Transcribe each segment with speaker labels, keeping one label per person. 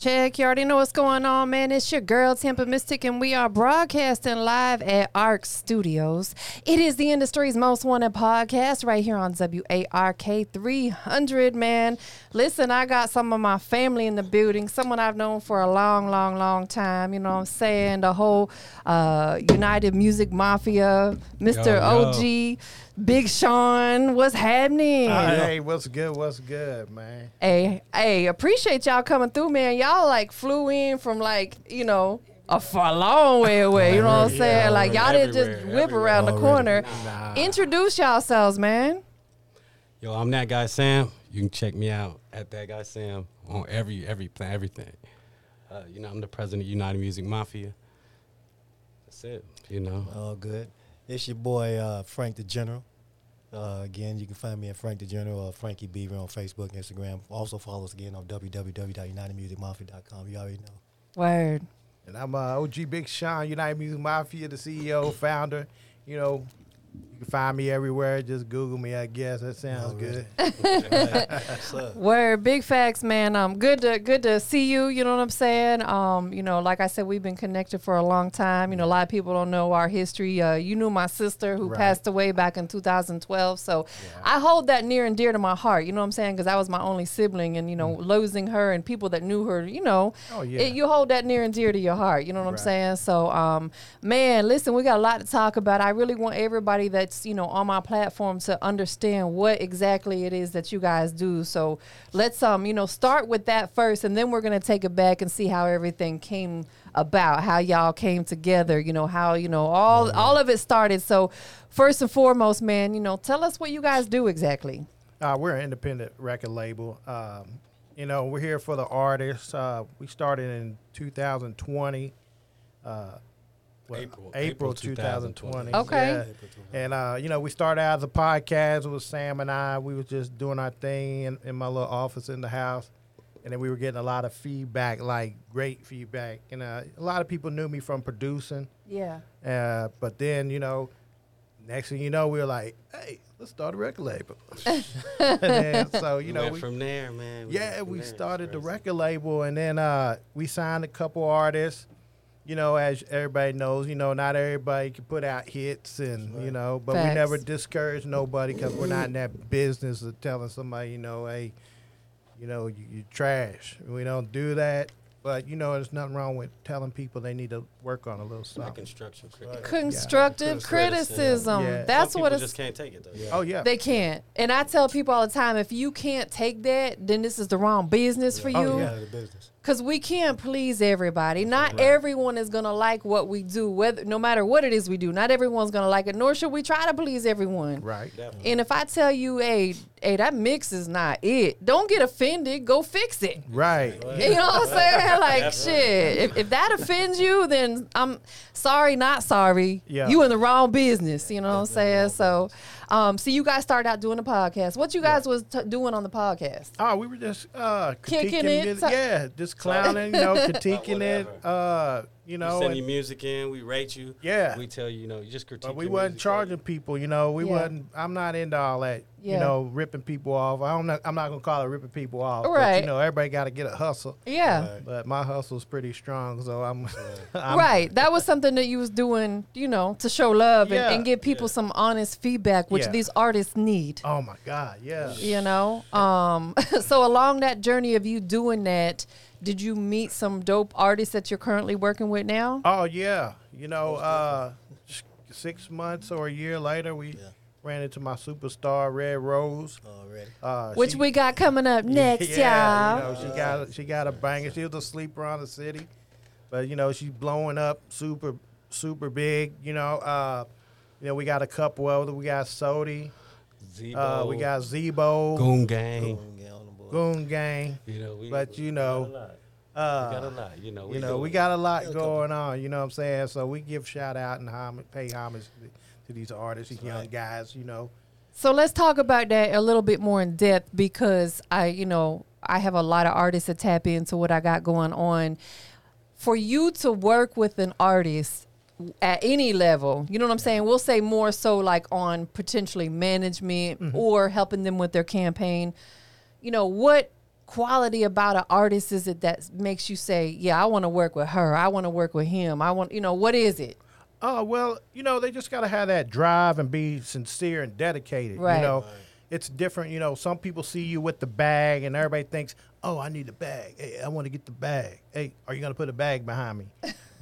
Speaker 1: Check, you already know what's going on, man. It's your girl, Tampa Mystic, and we are broadcasting live at ARC Studios. It is the industry's most wanted podcast right here on WARK 300, man. Listen, I got some of my family in the building, someone I've known for a long, long, long time. You know what I'm saying? The whole uh, United Music Mafia, Mr.
Speaker 2: Yo, yo.
Speaker 1: OG, Big Sean. What's happening?
Speaker 3: Hey, what's good? What's good, man?
Speaker 1: Hey, hey, appreciate y'all coming through, man. Y'all like flew in from like, you know, a far long way away. You know what I'm saying? Like y'all didn't just
Speaker 2: Everywhere,
Speaker 1: whip around the
Speaker 3: everywhere.
Speaker 1: corner.
Speaker 2: Nah.
Speaker 1: Introduce yourselves, man.
Speaker 2: Yo, I'm that guy Sam. You can check me out at that guy Sam on every every plan everything. Uh, you know, I'm the president of United Music Mafia. That's it. You know,
Speaker 4: All good. It's your boy uh, Frank the General. Uh, again, you can find me at Frank the General or Frankie Beaver on Facebook, Instagram. Also follow us again on www.unitedmusicmafia.com. You already know.
Speaker 1: Word.
Speaker 3: And I'm uh, OG Big Sean, United Music Mafia, the CEO, founder. You know, you can find me everywhere. Just Google me, I guess. That sounds good.
Speaker 4: Alright.
Speaker 1: Word, big facts, man. Um, good to good to see you. You know what I'm saying? Um, you know, like I said, we've been connected for a long time. You know, a lot of people don't know our history. Uh, you knew my sister who
Speaker 3: Right.
Speaker 1: passed away back in 2012, so I hold that near and dear to my heart. You know what I'm saying? Because I was my only sibling, and you know, losing her and people that knew her, you know,
Speaker 3: Mm. Oh,
Speaker 1: it-
Speaker 3: yeah.
Speaker 1: you hold that near and dear to your heart. You know what I'm
Speaker 3: Right.
Speaker 1: saying? So, um, man, listen, we got a lot to talk about. I really want everybody that's you know on my platform to understand what exactly it is that you guys do. So let's um, you know, start with that first, and then we're gonna take it back and see how everything came about, how y'all came together. You know how you know all
Speaker 2: Mm-hmm.
Speaker 1: all of it started. So first and foremost, man, you know, tell us what you guys do exactly.
Speaker 3: Uh, we're an independent record label. Um, you know, we're here for the artists. Uh, we started in 2020. Uh, well,
Speaker 2: April-
Speaker 3: April,
Speaker 2: April
Speaker 3: 2020.
Speaker 2: 2020.
Speaker 1: Okay.
Speaker 3: Yeah. And uh, you know, we started out as a podcast with Sam and I. We was just doing our thing in, in my little office in the house, and then we were getting a lot of feedback, like great feedback. And uh, a lot of people knew me from producing.
Speaker 1: Yeah.
Speaker 3: Uh, but then you know, next thing you know, we were like, hey, let's start a record label. and then, so you
Speaker 2: We
Speaker 3: know,
Speaker 2: went
Speaker 3: we,
Speaker 2: from there, man. went
Speaker 3: yeah,
Speaker 2: from
Speaker 3: we
Speaker 2: there. It's
Speaker 3: started the
Speaker 2: crazy.
Speaker 3: record label, and then uh, we signed a couple artists. You know, as everybody knows, you know, not everybody can put out hits, and you know, but we
Speaker 1: Facts.
Speaker 3: never discourage nobody because we're not in that business of telling somebody, you know, hey, you know, you, you trash. We don't do that. But you know, there's nothing wrong with telling people they need to work on a little something.
Speaker 2: Reconstruction. criticism.
Speaker 1: Constructive
Speaker 2: Yeah.
Speaker 1: criticism.
Speaker 3: Yeah. Some
Speaker 1: That's
Speaker 2: Some
Speaker 1: what
Speaker 2: people
Speaker 1: it's
Speaker 2: just can't take it though.
Speaker 3: Oh yeah,
Speaker 1: They can't. And I tell people all the time if you can't take that, then this is the wrong business for
Speaker 3: Oh,
Speaker 1: you.
Speaker 4: Out of the business.
Speaker 1: Cause we can't please everybody. Not everyone is gonna like what we do, whether no matter what it is we do. Not everyone's gonna like it. Nor should we try to please everyone.
Speaker 3: right.
Speaker 2: Definitely.
Speaker 1: And if I tell you, hey, hey, that mix is not it. Don't get offended. Go fix it.
Speaker 3: Right.
Speaker 1: You know what I'm saying? Like shit. If, if that offends you, then I'm sorry, not sorry.
Speaker 3: Yeah.
Speaker 1: You in the wrong business. You know what I'm saying? So, um, so you guys started out doing the podcast. What you guys was t- doing on the podcast?
Speaker 3: Oh, we were just uh,
Speaker 1: Kicking
Speaker 3: critiquing
Speaker 1: it,
Speaker 3: music.
Speaker 1: so-
Speaker 3: yeah, just clowning, you know, critiquing it.
Speaker 2: whatever.
Speaker 3: Uh, you know,
Speaker 2: we send
Speaker 3: and-
Speaker 2: you music in. We rate you.
Speaker 3: Yeah.
Speaker 2: We tell you, you know, you just critique.
Speaker 3: But we
Speaker 2: your
Speaker 3: wasn't
Speaker 2: music.
Speaker 3: charging people, you know. We
Speaker 1: Yeah.
Speaker 3: wasn't. I'm not into all that,
Speaker 1: Yeah.
Speaker 3: you know, ripping people off. I don't. know- I'm not gonna call it ripping people off. But,
Speaker 1: Right.
Speaker 3: you know, everybody got to get a hustle.
Speaker 1: Yeah.
Speaker 3: But my hustle's pretty strong, so I'm. I'm
Speaker 1: right. That was something that you was doing, you know, to show love
Speaker 3: Yeah.
Speaker 1: and, and give people some honest feedback, which
Speaker 3: Yeah.
Speaker 1: these artists need.
Speaker 3: Oh my God! Yeah.
Speaker 1: you know um so along that journey of you doing that did you meet some dope artists that you're currently working with now
Speaker 3: Oh yeah. You know, uh, s- six months or a year later, we
Speaker 4: Yeah.
Speaker 3: ran into my superstar Red Rose.
Speaker 4: Already.
Speaker 3: Uh,
Speaker 1: which
Speaker 3: she-
Speaker 1: we got coming up next
Speaker 3: yeah,
Speaker 1: y'all
Speaker 3: You know, she got she got a banger. She was a sleeper on the city, but you know she's blowing up super super big. You know, uh, you know we got a couple of them. We got Sodi,
Speaker 2: Zebo,
Speaker 3: uh, we got Zebo,
Speaker 2: Goon Gang.
Speaker 4: Get on the board.
Speaker 3: Goon Gang.
Speaker 2: You know, we,
Speaker 3: But,
Speaker 2: we
Speaker 3: you
Speaker 2: got
Speaker 3: know,
Speaker 2: a lot.
Speaker 3: Uh,
Speaker 2: we got a lot. You know, we
Speaker 3: you know we
Speaker 2: doing
Speaker 3: got a lot going on. You know what I'm saying? So we give shout out and homage, pay homage to, to these artists, these young guys. You know,
Speaker 1: So let's talk about that a little bit more in depth because I, you know, I have a lot of artists that tap into what I got going on. For you to work with an artist at any level, you know what I'm saying? We'll say more so like on
Speaker 3: Mm-hmm.
Speaker 1: potentially management or helping them with their campaign. You know, what quality about an artist is it that makes you say, "Yeah, I want to work with her. I want to work with him. I want," you know, what is it?
Speaker 3: Oh well, you know they just gotta have that drive and be sincere and dedicated.
Speaker 1: Right.
Speaker 3: You know, it's different. You know, some people see you with the bag and everybody thinks, "Oh, I need the bag. Hey, I want to get the bag. Hey, are you gonna put a bag behind me,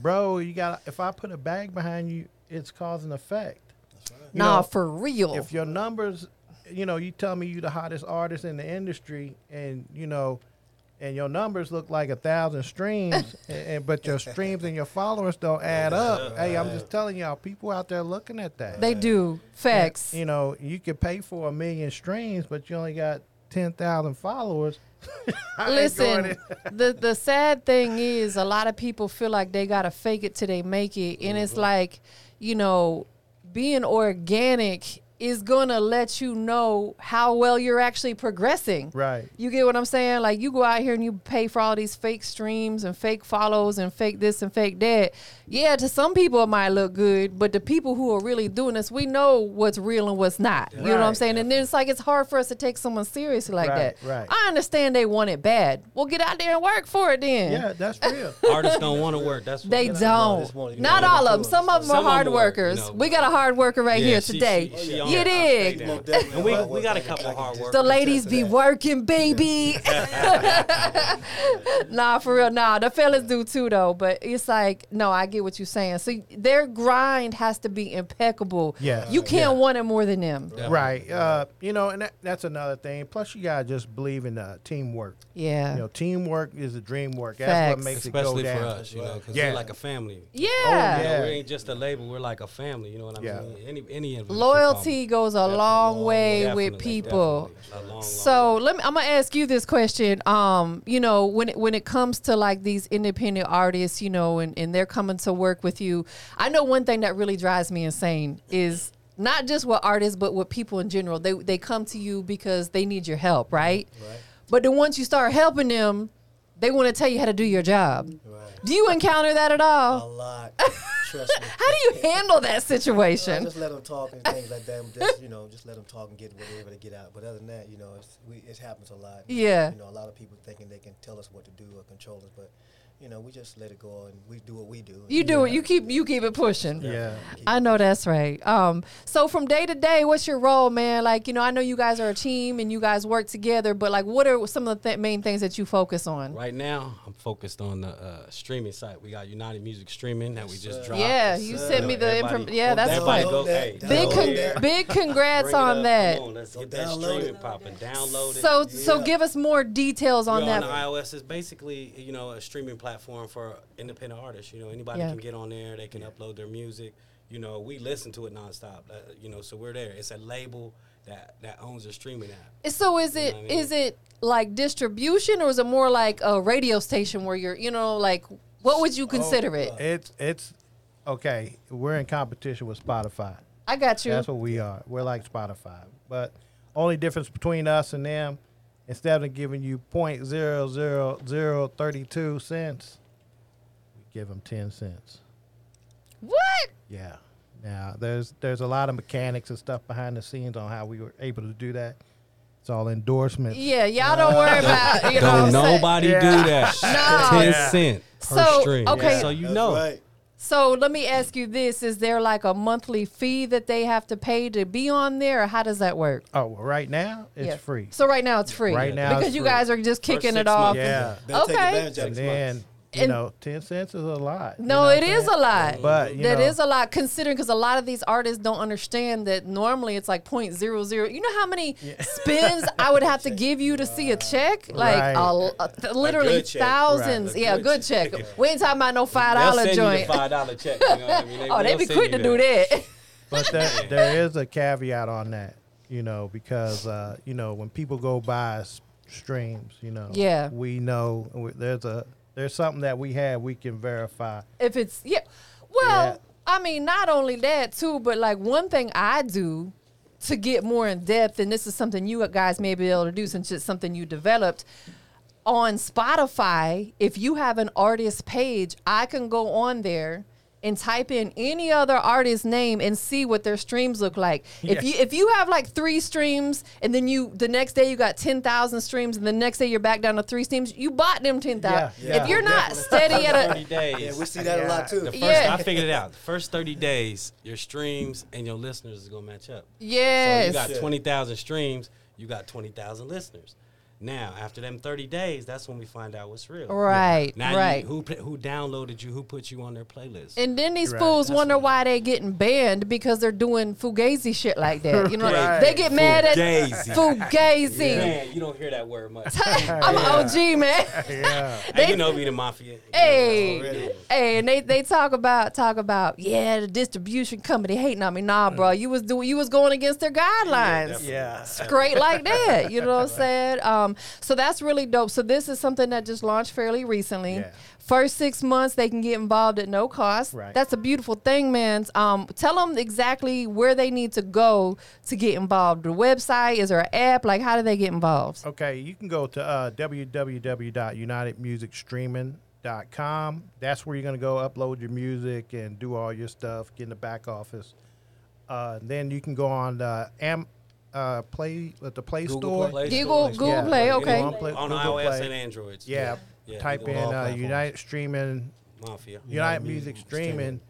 Speaker 3: bro? You got. to If I put a bag behind you, it's cause and effect. You
Speaker 1: nah,
Speaker 3: know,
Speaker 1: for real.
Speaker 3: if your numbers, you know, you tell me you the hottest artist in the industry, and you know, and your numbers look like a thousand streams, and, and but your streams and your followers don't add up. Hey, I'm just telling y'all, people out there looking at that.
Speaker 1: they do facts.
Speaker 3: you know, you could pay for a million streams, but you only got ten thousand followers. I ain't going
Speaker 1: Listen,
Speaker 3: in-
Speaker 1: the the sad thing is a lot of people feel like they gotta fake it till they make it, and
Speaker 3: Mm-hmm.
Speaker 1: it's like, you know, being organic is gonna let you know how well you're actually progressing.
Speaker 3: Right.
Speaker 1: You get what I'm saying? Like you go out here and you pay for all these fake streams and fake follows and fake this and fake that. Yeah, to some people it might look good, but the people who are really doing this, we know what's real and what's not. You know what I'm
Speaker 3: Right.
Speaker 1: saying? And then it's like it's hard for us to take someone seriously like
Speaker 3: Right,
Speaker 1: that.
Speaker 3: right.
Speaker 1: I understand they want it bad. Well, get out there and work for it then.
Speaker 3: Yeah, that's real.
Speaker 2: Artists don't want to work. That's what
Speaker 1: They
Speaker 2: you know.
Speaker 1: don't.
Speaker 4: just wanna get
Speaker 1: Not
Speaker 4: out
Speaker 1: all
Speaker 4: there
Speaker 1: of them.
Speaker 4: and do it.
Speaker 1: Some of them
Speaker 2: Some
Speaker 1: are
Speaker 2: of 'em
Speaker 1: hard
Speaker 2: work,
Speaker 1: workers.
Speaker 2: you know.
Speaker 1: We got a hard worker right
Speaker 2: Yeah,
Speaker 1: here
Speaker 2: she-
Speaker 1: today.
Speaker 2: she- she
Speaker 1: You
Speaker 2: on that.
Speaker 1: dig?
Speaker 2: Straight down.
Speaker 4: Most definitely.
Speaker 2: And we,
Speaker 4: I-
Speaker 2: we got a
Speaker 4: I-
Speaker 2: couple
Speaker 4: I- I-
Speaker 2: hard workers.
Speaker 1: The ladies
Speaker 4: to
Speaker 1: be
Speaker 4: that.
Speaker 1: working, baby. nah, for real. Nah, the fellas do too, though. But it's like, no, I get what you're saying. So their grind has to be impeccable.
Speaker 3: Yeah.
Speaker 1: You can't want it more than them.
Speaker 2: Yeah.
Speaker 3: right. Uh, you know, and that, that's another thing. Plus, you gotta just believe in uh, teamwork.
Speaker 1: Yeah.
Speaker 3: You know, teamwork is a dream work. That's
Speaker 1: Facts.
Speaker 3: what makes
Speaker 2: Especially
Speaker 3: it
Speaker 2: for
Speaker 3: go down.
Speaker 2: us, you know, because
Speaker 3: Yeah.
Speaker 2: we're like a family.
Speaker 1: yeah.
Speaker 3: yeah.
Speaker 2: You know, we ain't just a label. We're like a family. You know what I
Speaker 3: Yeah.
Speaker 2: mean? Any any influencer
Speaker 1: Loyalty goes a long, way
Speaker 2: problem.
Speaker 1: with
Speaker 2: Definitely,
Speaker 1: people.
Speaker 2: definitely. A long,
Speaker 1: So let me. I'm gonna ask you this question. Um, you know, when it, when it comes to like these independent artists, you know, and and they're coming to work with you. I know one thing that really drives me insane is not just with artists, but with people in general. They they come to you because they need your help, right? Right. But then once you start helping them, they want to tell you how to do your job.
Speaker 4: Right.
Speaker 1: Do you encounter that at
Speaker 4: A
Speaker 1: all?
Speaker 4: lot. Trust me.
Speaker 1: How do you handle that
Speaker 4: I
Speaker 1: situation?
Speaker 4: just let them talk and things like that. I'm Just you know, just let them talk and get whatever they get out. But other than that, you know, it's, we, it happens a lot.
Speaker 1: Yeah.
Speaker 4: You know, a lot of people thinking they can tell us what to do or control us, but you know, we just let it go and we do what we do.
Speaker 1: You do it. You keep you keep it pushing.
Speaker 3: Yeah.
Speaker 1: I know that's right. Um, so from day to day, what's your role, man? Like, you know, I know you guys are a team and you guys work together, but like, what are some of the th- main things that you focus on?
Speaker 2: Right now, I'm focused on the uh, streaming site. We got United Music Streaming that we just dropped.
Speaker 1: Yeah, you
Speaker 4: sir.
Speaker 1: sent me the
Speaker 2: Everybody-
Speaker 1: info. Yeah, that's
Speaker 2: everybody
Speaker 1: right.
Speaker 4: dope.
Speaker 2: go,
Speaker 4: Download
Speaker 2: hey,
Speaker 4: that.
Speaker 1: Big
Speaker 2: go
Speaker 4: con-
Speaker 2: there,
Speaker 1: con- big
Speaker 2: bring
Speaker 1: congrats
Speaker 2: it up.
Speaker 1: on that.
Speaker 2: Come on, let's
Speaker 4: So
Speaker 2: get that
Speaker 4: download
Speaker 2: streaming
Speaker 4: it.
Speaker 2: popping. Download it.
Speaker 1: So so
Speaker 4: Yeah.
Speaker 1: give us more details on
Speaker 2: We're
Speaker 1: that.
Speaker 2: on the iOS is basically you know a streaming platform for independent artists. You know anybody
Speaker 1: Yeah.
Speaker 2: can get on there. They can upload their music. You know we listen to it nonstop. Uh, you know so we're there. It's a label that that owns the streaming app.
Speaker 1: so is it is
Speaker 2: know what I mean?
Speaker 1: it like distribution or is it more like a radio station where you're you know like what would
Speaker 2: Oh,
Speaker 1: you consider it?
Speaker 3: It's it's okay. We're in competition with Spotify.
Speaker 1: I got you.
Speaker 3: That's what we are. We're like Spotify. But only difference between us and them, instead of giving you point zero zero zero thirty two cents, we give them ten cents.
Speaker 1: What?
Speaker 3: Yeah. Now there's there's a lot of mechanics and stuff behind the scenes on how we were able to do that. It's all endorsements.
Speaker 1: Yeah, y'all don't worry about you know.
Speaker 2: Don't
Speaker 1: what I'm saying?
Speaker 2: nobody
Speaker 3: Yeah.
Speaker 2: do that.
Speaker 1: No.
Speaker 2: Ten
Speaker 3: Yeah.
Speaker 2: cent per
Speaker 1: So,
Speaker 2: stream.
Speaker 1: okay.
Speaker 2: So you
Speaker 4: That's
Speaker 2: know.
Speaker 4: Right.
Speaker 1: So let me ask you this: Is there like a monthly fee that they have to pay to be on there, or how does that work?
Speaker 3: Oh, well, right now it's
Speaker 1: Yeah.
Speaker 3: free.
Speaker 1: So right now it's free.
Speaker 3: Right now it's
Speaker 1: because you
Speaker 3: free.
Speaker 1: guys are just kicking
Speaker 2: six
Speaker 1: it off.
Speaker 2: months.
Speaker 3: yeah.
Speaker 4: They'll take
Speaker 1: Okay.
Speaker 4: advantage of
Speaker 3: And
Speaker 4: it.
Speaker 3: then you
Speaker 1: And-
Speaker 3: know, ten cents is a lot. you
Speaker 1: No,
Speaker 3: know what
Speaker 1: it
Speaker 3: I'm
Speaker 1: is
Speaker 3: saying?
Speaker 1: a lot.
Speaker 3: But you
Speaker 1: that
Speaker 3: know,
Speaker 1: is a lot considering because a lot of these artists don't understand that normally it's like point zero zero. You know how many spins I would have to give you to see a check? Like
Speaker 3: Right.
Speaker 1: a l- a th- literally
Speaker 2: good check.
Speaker 1: thousands.
Speaker 2: Right, a
Speaker 1: yeah,
Speaker 2: good
Speaker 1: good check. We ain't talking about no five
Speaker 2: They'll
Speaker 1: dollar
Speaker 2: send you
Speaker 1: joint.
Speaker 2: the five dollar check. You know what I mean? They
Speaker 1: oh, they
Speaker 2: will
Speaker 1: be
Speaker 2: send
Speaker 1: quick
Speaker 2: you
Speaker 1: to do that.
Speaker 3: But there, there is a caveat on that, you know, because uh, you know when people go by s- streams, you know,
Speaker 1: Yeah.
Speaker 3: we know we, there's a there's something that we have we can verify.
Speaker 1: if it's yeah well
Speaker 3: Yeah.
Speaker 1: i mean not only that too but like one thing i do to get more in depth and this is something you guys may be able to do since it's something you developed on spotify if you have an artist page i can go on there and type in any other artist's name and see what their streams look like. If you if you have like three streams and then you the next day you got ten thousand streams and the next day you're back down to three streams, you bought them ten thousand.
Speaker 3: Yeah, yeah.
Speaker 1: If you're not steady at a
Speaker 2: 30 days.
Speaker 4: Yeah, we see that a lot too.
Speaker 2: The first,
Speaker 1: Yeah.
Speaker 2: I figured it out. The first 30 days, your streams and your listeners is going to match up. So you
Speaker 1: yes,
Speaker 2: got 20,000 streams, you got 20,000 listeners. Now, after them 30 days, that's when we find out what's real.
Speaker 1: Right,
Speaker 2: Now you-
Speaker 1: right.
Speaker 2: who pla- who downloaded you, who put you on their playlist.
Speaker 1: And then these
Speaker 3: Right.
Speaker 1: fools wonder why they getting banned because they're doing fugazi shit like that. You know,
Speaker 3: Right.
Speaker 1: they get mad at
Speaker 2: Fugazi.
Speaker 1: fugazi.
Speaker 2: Man, you don't hear that word much.
Speaker 1: I'm an OG man.
Speaker 3: Yeah.
Speaker 2: hey, you know me, the mafia.
Speaker 1: Hey, hey, and they, they talk about talk about yeah the distribution company hating on me. Nah, bro, you was doing you was going against their guidelines.
Speaker 3: Yeah.
Speaker 1: Great like that. You know what I'm saying? Um, so that's really dope. So this is something that just launched fairly recently.
Speaker 3: Yeah.
Speaker 1: First six months, they can get involved at no cost.
Speaker 3: Right.
Speaker 1: That's a beautiful thing, man. Um, tell them exactly where they need to go to get involved. The website is there an app? Like, how do they get involved?
Speaker 3: Okay, you can go to uh, www.unitedmusicstreaming.com. That's where you're going to go upload your music and do all your stuff, get in the back office. Uh, then you can go on the Am, uh, play at the Play Store.
Speaker 1: Google Google
Speaker 3: Yeah.
Speaker 1: Play.
Speaker 3: You
Speaker 1: Okay.
Speaker 3: know, Play-
Speaker 2: on
Speaker 3: Google
Speaker 2: iOS
Speaker 3: Play.
Speaker 2: and Androids.
Speaker 3: Yeah, type in
Speaker 4: Google all
Speaker 3: uh,
Speaker 4: platforms.
Speaker 3: United Streaming,
Speaker 2: mafia.
Speaker 3: United Music Streaming,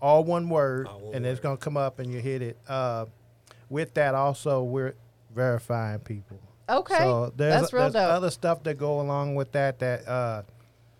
Speaker 3: all one word,
Speaker 2: All one
Speaker 3: and it's
Speaker 2: word.
Speaker 3: going to come up and you hit it. Uh, with that, also we're verifying people.
Speaker 1: Okay,
Speaker 3: So there's,
Speaker 1: that's real
Speaker 3: there's
Speaker 1: dope.
Speaker 3: other stuff that go along with that that uh,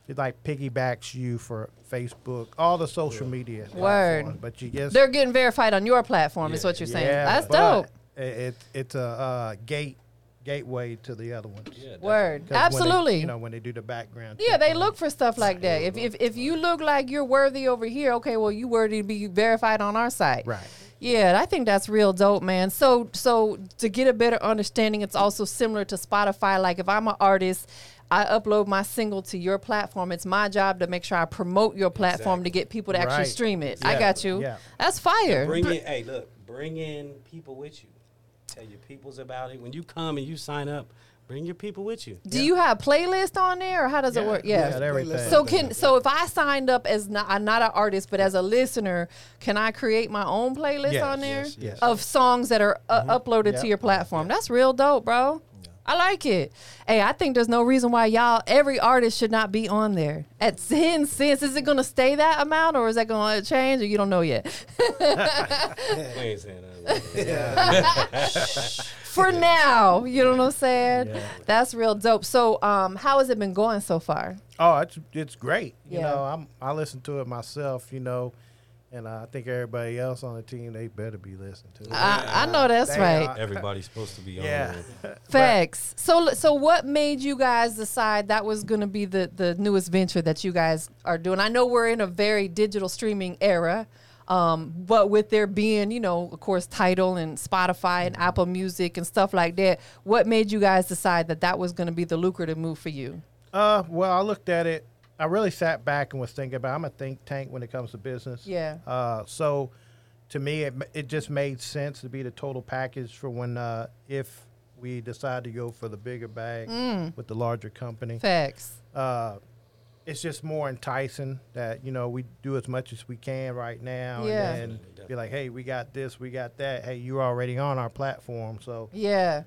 Speaker 3: it like piggybacks you for Facebook, all the social media.
Speaker 1: Word.
Speaker 3: platforms, But you just
Speaker 1: They're getting verified on your platform, is
Speaker 2: Yeah.
Speaker 1: what you're saying.
Speaker 3: yeah,
Speaker 1: That's
Speaker 3: but
Speaker 1: dope.
Speaker 3: It, it it's a uh, gate gateway to the other ones.
Speaker 2: Yeah, that-
Speaker 1: Word.
Speaker 3: 'Cause when they-
Speaker 1: Absolutely.
Speaker 3: you know when they do the background.
Speaker 1: yeah,
Speaker 3: check
Speaker 1: they
Speaker 3: on
Speaker 1: look for stuff like that. If, if if you look like you're worthy over here, okay, well you worthy to be verified on our site.
Speaker 3: it. Right.
Speaker 1: Yeah, I think that's real dope, man. So so to get a better understanding, it's also similar to Spotify. Like if I'm an artist, I upload my single to your platform. It's my job to make sure I promote your platform to get people to actually
Speaker 3: Right.
Speaker 1: stream it. I
Speaker 2: Yeah.
Speaker 1: got you.
Speaker 3: Yeah.
Speaker 1: That's fire.
Speaker 2: Bring in, hey, look, bring in people with you. Tell your peoples about it. When you come and you sign up, bring your people with you.
Speaker 1: Do you have playlist on there, or how does it work?
Speaker 3: Yeah, everything.
Speaker 1: So can so if I signed up as not, I'm not an artist but as a listener, can I create my own playlist
Speaker 3: Yes,
Speaker 1: on there
Speaker 3: yes, yes. Mm-hmm.
Speaker 1: of songs that are uh, uploaded
Speaker 3: Yep.
Speaker 1: to your platform? That's real dope, bro. I like it. Hey, I think there's no reason why y'all every artist should not be on there. At ten cents, is it going to stay that amount or is that going to change? Or you don't know yet.
Speaker 2: We ain't saying that.
Speaker 1: For now, you know what I'm saying. That's real dope. So, um, how has it been going so far?
Speaker 3: Oh, it's it's great. You
Speaker 1: Yeah.
Speaker 3: know, I'm I listen to it myself. You know, and I think everybody else on the team they better be listening to it.
Speaker 1: I, I know that's
Speaker 3: They
Speaker 1: right.
Speaker 3: are-
Speaker 2: Everybody's supposed to be on.
Speaker 3: yeah.
Speaker 2: there.
Speaker 1: Facts. So, so what made you guys decide that was going to be the the newest venture that you guys are doing? I know we're in a very digital streaming era, um, but with there being, you know, of course, Title and Spotify and Apple Music and stuff like that, what made you guys decide that that was going to be the lucrative move for you?
Speaker 3: Uh, well, I looked at it. I really sat back and was thinking about. I'm a think tank when it comes to business.
Speaker 1: Yeah.
Speaker 3: Uh, so, to me, it it just made sense to be the total package for when uh, if we decide to go for the bigger bag
Speaker 1: Mm.
Speaker 3: with the larger company.
Speaker 1: Facts.
Speaker 3: Uh, it's just more enticing that you know we do as much as we can right now,
Speaker 1: Yeah.
Speaker 3: and then be like, hey, we got this, we got that. Hey, you're already on our platform, so
Speaker 1: Yeah.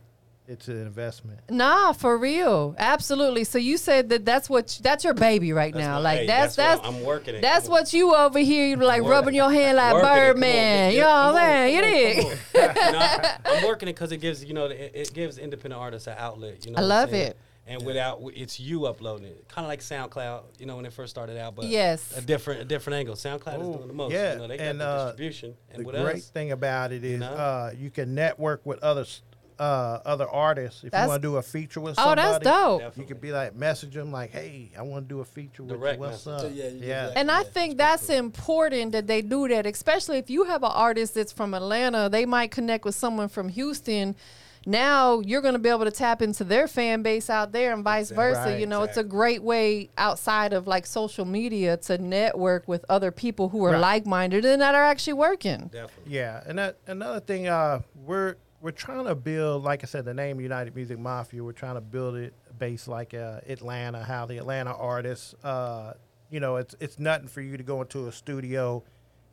Speaker 3: it's an investment.
Speaker 1: Nah, for real. Absolutely. So you said that that's what that's your baby right
Speaker 2: That's
Speaker 1: now.
Speaker 2: my-
Speaker 1: like
Speaker 2: hey,
Speaker 1: that's
Speaker 2: that's
Speaker 1: that's,
Speaker 2: what I'm- I'm working it.
Speaker 1: That's
Speaker 2: Come
Speaker 1: what you over here you like
Speaker 2: Working
Speaker 1: rubbing
Speaker 2: it.
Speaker 1: your hand like
Speaker 2: Working it. Come on,
Speaker 1: Birdman.
Speaker 2: get-
Speaker 1: You know what I'm
Speaker 2: come on,
Speaker 1: saying? You
Speaker 2: come on,
Speaker 1: dig?
Speaker 2: come on. You know, I'm working it because it gives you know it, it gives independent artists an outlet. You know,
Speaker 1: I
Speaker 2: what I'm
Speaker 1: love
Speaker 2: saying?
Speaker 1: it.
Speaker 2: And without it's you uploading it, kind of like SoundCloud. You know when it first started out, but
Speaker 1: Yes.
Speaker 2: a different a different angle. SoundCloud
Speaker 3: Oh,
Speaker 2: is doing the most.
Speaker 3: yeah,
Speaker 2: you know, they got
Speaker 3: and,
Speaker 2: the
Speaker 3: uh,
Speaker 2: distribution and
Speaker 3: the
Speaker 2: what
Speaker 3: great
Speaker 2: else?
Speaker 3: thing about it is
Speaker 2: know?
Speaker 3: uh, you can network with others, uh, other artists. If
Speaker 1: That's-
Speaker 3: you want to do a feature with
Speaker 1: Oh,
Speaker 3: somebody,
Speaker 1: that's dope.
Speaker 3: You
Speaker 2: Definitely.
Speaker 3: could be like message them like, "Hey, I want to do a feature with
Speaker 2: Direct
Speaker 3: you. What's
Speaker 2: message.
Speaker 3: up?"
Speaker 4: Yeah, you
Speaker 3: yeah.
Speaker 4: just
Speaker 1: And I think that's important that they do that, especially if you have an artist that's from Atlanta, they might connect with someone from Houston. Now you're going to be able to tap into their fan base out there and vice versa.
Speaker 3: Right,
Speaker 1: you know, it's a great way outside of like social media to network with other people who are
Speaker 3: Right.
Speaker 1: like minded and that are actually working.
Speaker 2: Definitely.
Speaker 3: Yeah, and that, another thing, uh, we're we're trying to build, like I said, the name United Music Mafia. We're trying to build it based like uh, Atlanta, how the Atlanta artists, uh, you know, it's it's nothing for you to go into a studio.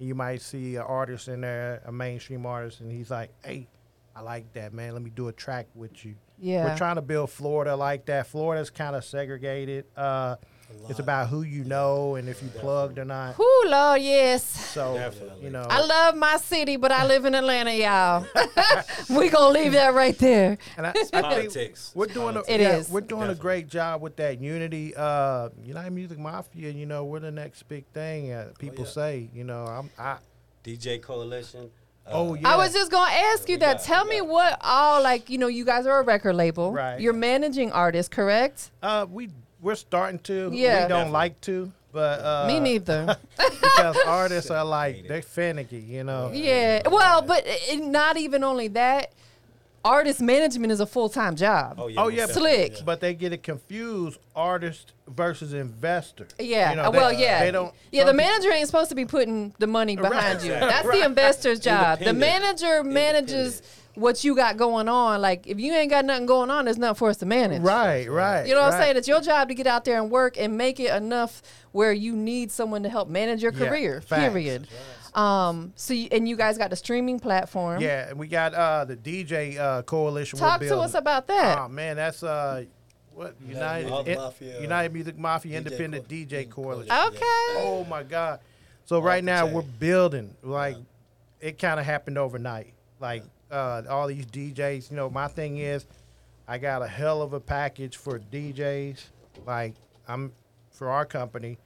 Speaker 3: and You might see an artist in there, a mainstream artist, and he's like, "Hey, I like that, man. Let me do a track with you."
Speaker 1: Yeah.
Speaker 3: We're trying to build Florida like that. Florida's kind of segregated. Uh,
Speaker 4: lot.
Speaker 3: it's about who you know and if you plugged or not.
Speaker 1: Whew, Lord, yes.
Speaker 3: So
Speaker 2: Definitely.
Speaker 3: you know,
Speaker 1: I love my city, but I live in Atlanta, y'all. we gonna leave that right there.
Speaker 3: and I, I think
Speaker 2: Politics.
Speaker 3: We're doing a,
Speaker 1: It
Speaker 3: yeah,
Speaker 1: is.
Speaker 3: We're doing
Speaker 2: Definitely.
Speaker 3: a great job with that unity. Uh, United Music Mafia. You know, we're the next big thing. Uh, people
Speaker 2: Oh, yeah. Uh,
Speaker 3: say. You know, I'm. I,
Speaker 2: DJ Coalition. uh,
Speaker 3: oh yeah.
Speaker 1: I was just gonna ask you
Speaker 2: We
Speaker 1: that.
Speaker 2: got-
Speaker 1: Tell
Speaker 2: we
Speaker 1: me
Speaker 2: got-
Speaker 1: what all like you know. You guys are a record label.
Speaker 3: Right.
Speaker 1: You're managing artists, correct?
Speaker 3: Uh, we we're starting to.
Speaker 1: Yeah.
Speaker 3: We don't
Speaker 2: Definitely.
Speaker 3: like to, but uh,
Speaker 1: me neither.
Speaker 3: because artists are like they're finicky. You know.
Speaker 1: yeah. Well, but it, not even only that. Artist management is a full time job.
Speaker 2: Oh yeah.
Speaker 3: Oh
Speaker 2: most
Speaker 3: yeah, but-
Speaker 2: definitely.
Speaker 1: Slick.
Speaker 3: But they get it confused, artist versus investor.
Speaker 1: Yeah.
Speaker 3: You know,
Speaker 1: uh,
Speaker 3: they-
Speaker 1: well, yeah.
Speaker 3: They don't.
Speaker 1: yeah, the
Speaker 3: some peop-
Speaker 1: manager ain't supposed to be putting the money behind
Speaker 3: Right.
Speaker 1: you. That's the investor's job. The
Speaker 2: Independent.
Speaker 1: manager manages what you got going on. Like if you ain't got nothing going on, there's nothing for us to manage.
Speaker 3: Right. Right.
Speaker 1: You know what I'm
Speaker 3: right.
Speaker 1: saying? It's your job to get out there and work and make it enough where you need someone to help manage your
Speaker 3: Yeah,
Speaker 1: career.
Speaker 3: facts.
Speaker 1: Period. Um. So you, and you guys got the streaming platform.
Speaker 3: Yeah, and we got uh, the DJ uh, coalition. we're
Speaker 1: Talk to us
Speaker 3: building.
Speaker 1: about that.
Speaker 3: Oh man, that's uh, what United
Speaker 4: Music
Speaker 3: in-
Speaker 4: Mafia.
Speaker 3: United Music Mafia
Speaker 4: DJ
Speaker 3: Independent
Speaker 4: Co-
Speaker 3: DJ Coalition.
Speaker 4: yeah.
Speaker 1: okay.
Speaker 3: Oh my God! So right now we're building. Like it kind of happened overnight. Like uh, all these DJs. You know, my thing is, I got a hell of a package for DJs. Like I'm for our company,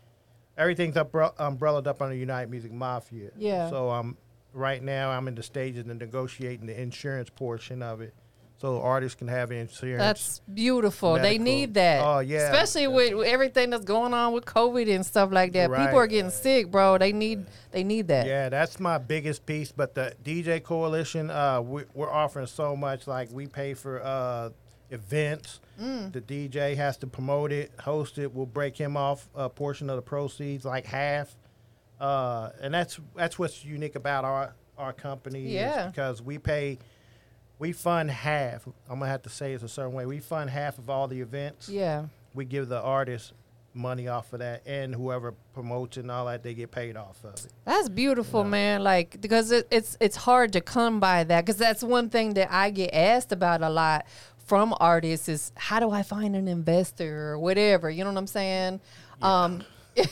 Speaker 3: everything's umbre- umbrellaed up under United Music Mafia.
Speaker 1: Yeah.
Speaker 3: So um, right now I'm in the stages of negotiating the insurance portion of it. So artists can have insurance.
Speaker 1: That's beautiful. They
Speaker 3: Medical.
Speaker 1: need that.
Speaker 3: Oh, yeah.
Speaker 1: Especially with, with everything that's going on with COVID and stuff like that.
Speaker 3: Right.
Speaker 1: People are getting sick, bro. They need they need that.
Speaker 3: Yeah, that's my biggest piece. But the DJ Coalition, uh, we, we're offering so much. Like we pay for uh, events.
Speaker 1: Mm.
Speaker 3: The DJ has to promote it, host it. We'll break him off a portion of the proceeds, like half. Uh, and that's that's what's unique about our our company. is
Speaker 1: Yeah.
Speaker 3: because we pay. We fund half. I'm gonna have to say it's a certain way. We fund half of all the events
Speaker 1: Yeah.
Speaker 3: we give the artists money off of that, and whoever promotes and all that, they get paid off of it.
Speaker 1: That's beautiful, man. Like because it, it's it's hard to come by that because that's one thing that I get asked about a lot from artists is how do I find an investor or whatever. You know what I'm saying? Um,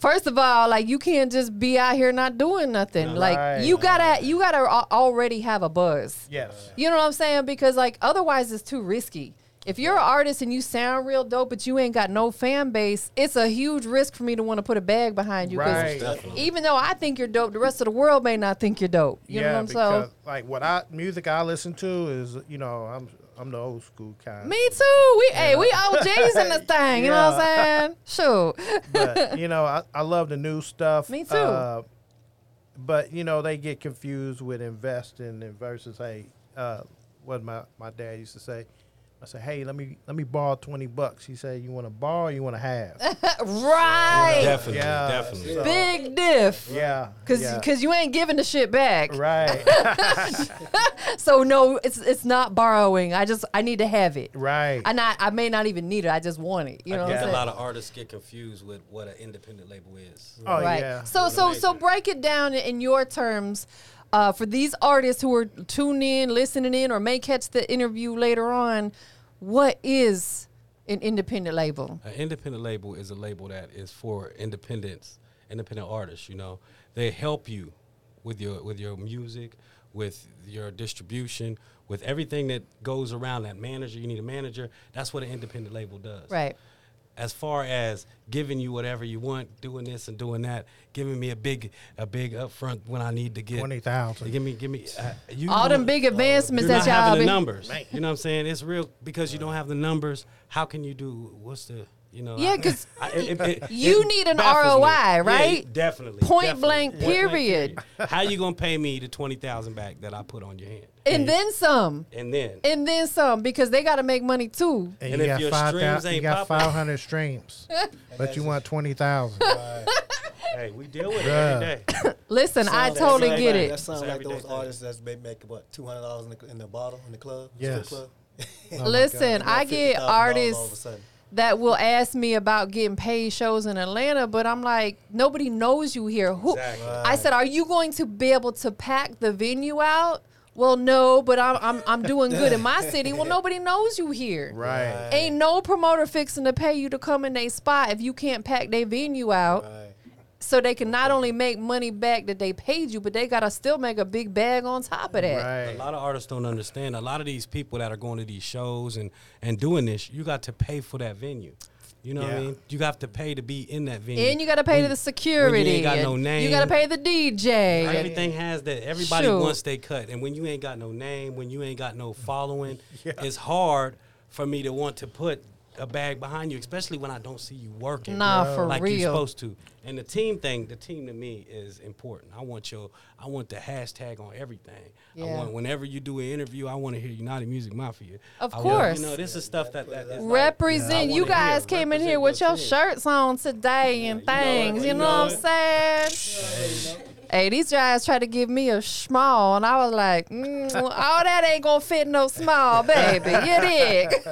Speaker 1: first of all, like you can't just be out here not doing nothing. Like
Speaker 3: Right.
Speaker 1: you gotta you gotta al- already have a buzz.
Speaker 3: Yes.
Speaker 1: You know what I'm saying? Because like otherwise it's too risky. If you're an artist and you sound real dope, but you ain't got no fan base, it's a huge risk for me to want to put a bag behind you. 'cause
Speaker 3: Right.
Speaker 2: Definitely.
Speaker 1: even though I think you're dope, the rest of the world may not think you're dope. You know what I'm saying?
Speaker 3: because, like what I music I listen to is you know I'm I'm the old school kind.
Speaker 1: Me too. We hey, we OGs in this thing. You know what I'm saying? Shoot.
Speaker 3: But you know I, I love the new stuff.
Speaker 1: Me too.
Speaker 3: Uh, but you know they get confused with investing and versus hey, uh, what my my dad used to say. I said, hey, let me let me borrow twenty bucks. He said, you want to borrow, or you want to have.
Speaker 1: right.
Speaker 2: Definitely.
Speaker 3: Yeah.
Speaker 2: Definitely.
Speaker 3: So-
Speaker 1: Big diff.
Speaker 3: yeah.
Speaker 1: Cause,
Speaker 3: yeah.
Speaker 1: cause you ain't giving the shit back.
Speaker 3: Right.
Speaker 1: So no, it's it's not borrowing. I just I need to have it.
Speaker 3: right.
Speaker 1: And I, I may not even need it. I just want it. You know
Speaker 2: I
Speaker 1: what I'm
Speaker 2: think a
Speaker 1: saying?
Speaker 2: lot of artists get confused with what an independent label is.
Speaker 3: oh
Speaker 1: right.
Speaker 3: yeah.
Speaker 1: So so so
Speaker 2: Automation.
Speaker 1: break it down in your terms uh, for these artists who are tuning in, listening in, or may catch the interview later on. What is an independent label?
Speaker 2: An independent label is a label that is for independents, independent artists. You know, they help you with your with your music, with your distribution, with everything that goes around that manager. You need a manager. That's what an independent label does.
Speaker 1: Right.
Speaker 2: As far as giving you whatever you want, doing this and doing that, giving me a big a big upfront when I need to get
Speaker 3: Twenty thousand.
Speaker 2: Give me give me uh, you
Speaker 1: All them
Speaker 2: don't-
Speaker 1: big advancements
Speaker 2: you're
Speaker 1: that
Speaker 2: not
Speaker 1: y'all
Speaker 2: having
Speaker 1: be.
Speaker 2: the numbers. You know what I'm saying? It's real because you don't have the numbers. How can you do? What's the you know?
Speaker 1: Yeah,
Speaker 2: I-
Speaker 1: 'cause
Speaker 2: I- it- it- it-
Speaker 1: you
Speaker 2: it
Speaker 1: need an
Speaker 2: baffles me.
Speaker 1: ROI,
Speaker 2: Yeah,
Speaker 1: right?
Speaker 2: definitely.
Speaker 1: Point
Speaker 2: definitely.
Speaker 1: blank,
Speaker 2: blank
Speaker 1: period.
Speaker 2: How you gonna pay me the twenty thousand back that I put on your hand?
Speaker 1: And then some.
Speaker 2: And then
Speaker 1: And then some because they got to make money too.
Speaker 3: And,
Speaker 2: And
Speaker 3: you
Speaker 2: if
Speaker 3: got
Speaker 2: your
Speaker 3: five
Speaker 2: streams
Speaker 3: thousand, you
Speaker 2: ain't
Speaker 3: got
Speaker 2: popping-
Speaker 3: five hundred streams, but you want twenty thousand.
Speaker 2: hey, we deal with it every day.
Speaker 1: Listen, I
Speaker 4: Sound-
Speaker 1: totally
Speaker 4: that
Speaker 1: get
Speaker 4: sound- That
Speaker 1: it.
Speaker 2: It's
Speaker 4: sounds like
Speaker 2: everyday
Speaker 4: those
Speaker 2: thing.
Speaker 4: artists that's been making what two hundred dollars in the in the bottle in the club, strip
Speaker 3: Yes.
Speaker 4: club.
Speaker 1: Listen, I get
Speaker 4: $50,000 all of a
Speaker 1: artists
Speaker 4: sudden.
Speaker 1: that will ask me about getting paid shows in Atlanta, but I'm like, nobody knows you here. Who?
Speaker 2: Exactly.
Speaker 1: I said, are you going to be able to pack the venue out? Well, no, but I'm I'm, I'm doing good in my city. Well, nobody knows you here.
Speaker 3: Right.
Speaker 1: Ain't no promoter fixing to pay you to come in their spot if you can't pack their venue out.
Speaker 4: Right.
Speaker 1: So they can not only make money back that they paid you, but they gotta still make a big bag on top of that.
Speaker 3: Right.
Speaker 2: A lot of artists don't understand. A lot of these people that are going to these shows and, and doing this, you got to pay for that venue. You know what I
Speaker 3: Yeah.
Speaker 2: mean? You have to pay to be in that venue.
Speaker 1: And you gotta pay to the security.
Speaker 2: ain't got
Speaker 1: and
Speaker 2: no name.
Speaker 1: You gotta pay the DJ. and-
Speaker 2: Everything has that. Everybody
Speaker 1: Shoot.
Speaker 2: wants they cut. And when you ain't got no name, when you ain't got no following, it's hard for me to want to put a bag behind you, especially when I don't see you working.
Speaker 1: Nah, for
Speaker 2: like you
Speaker 1: real.
Speaker 2: supposed to. And the team thing, the team to me is important. I want your, I want the hashtag on everything. I
Speaker 1: Yeah.
Speaker 2: want whenever you do an interview, I want to hear United Music Mafia.
Speaker 1: Of
Speaker 2: I want-
Speaker 1: course.
Speaker 2: you know, this is stuff that, that is like- I
Speaker 1: represent
Speaker 2: wanna
Speaker 1: you guys
Speaker 2: hear,
Speaker 1: came in
Speaker 2: represent
Speaker 1: here with your
Speaker 2: team.
Speaker 1: shirts on today and
Speaker 2: Yeah, you know
Speaker 1: things
Speaker 2: it,
Speaker 1: you know,
Speaker 2: you know
Speaker 1: what i'm saying hey these guys tried to give me a small and i was like mm, all that ain't gonna fit no small baby you dig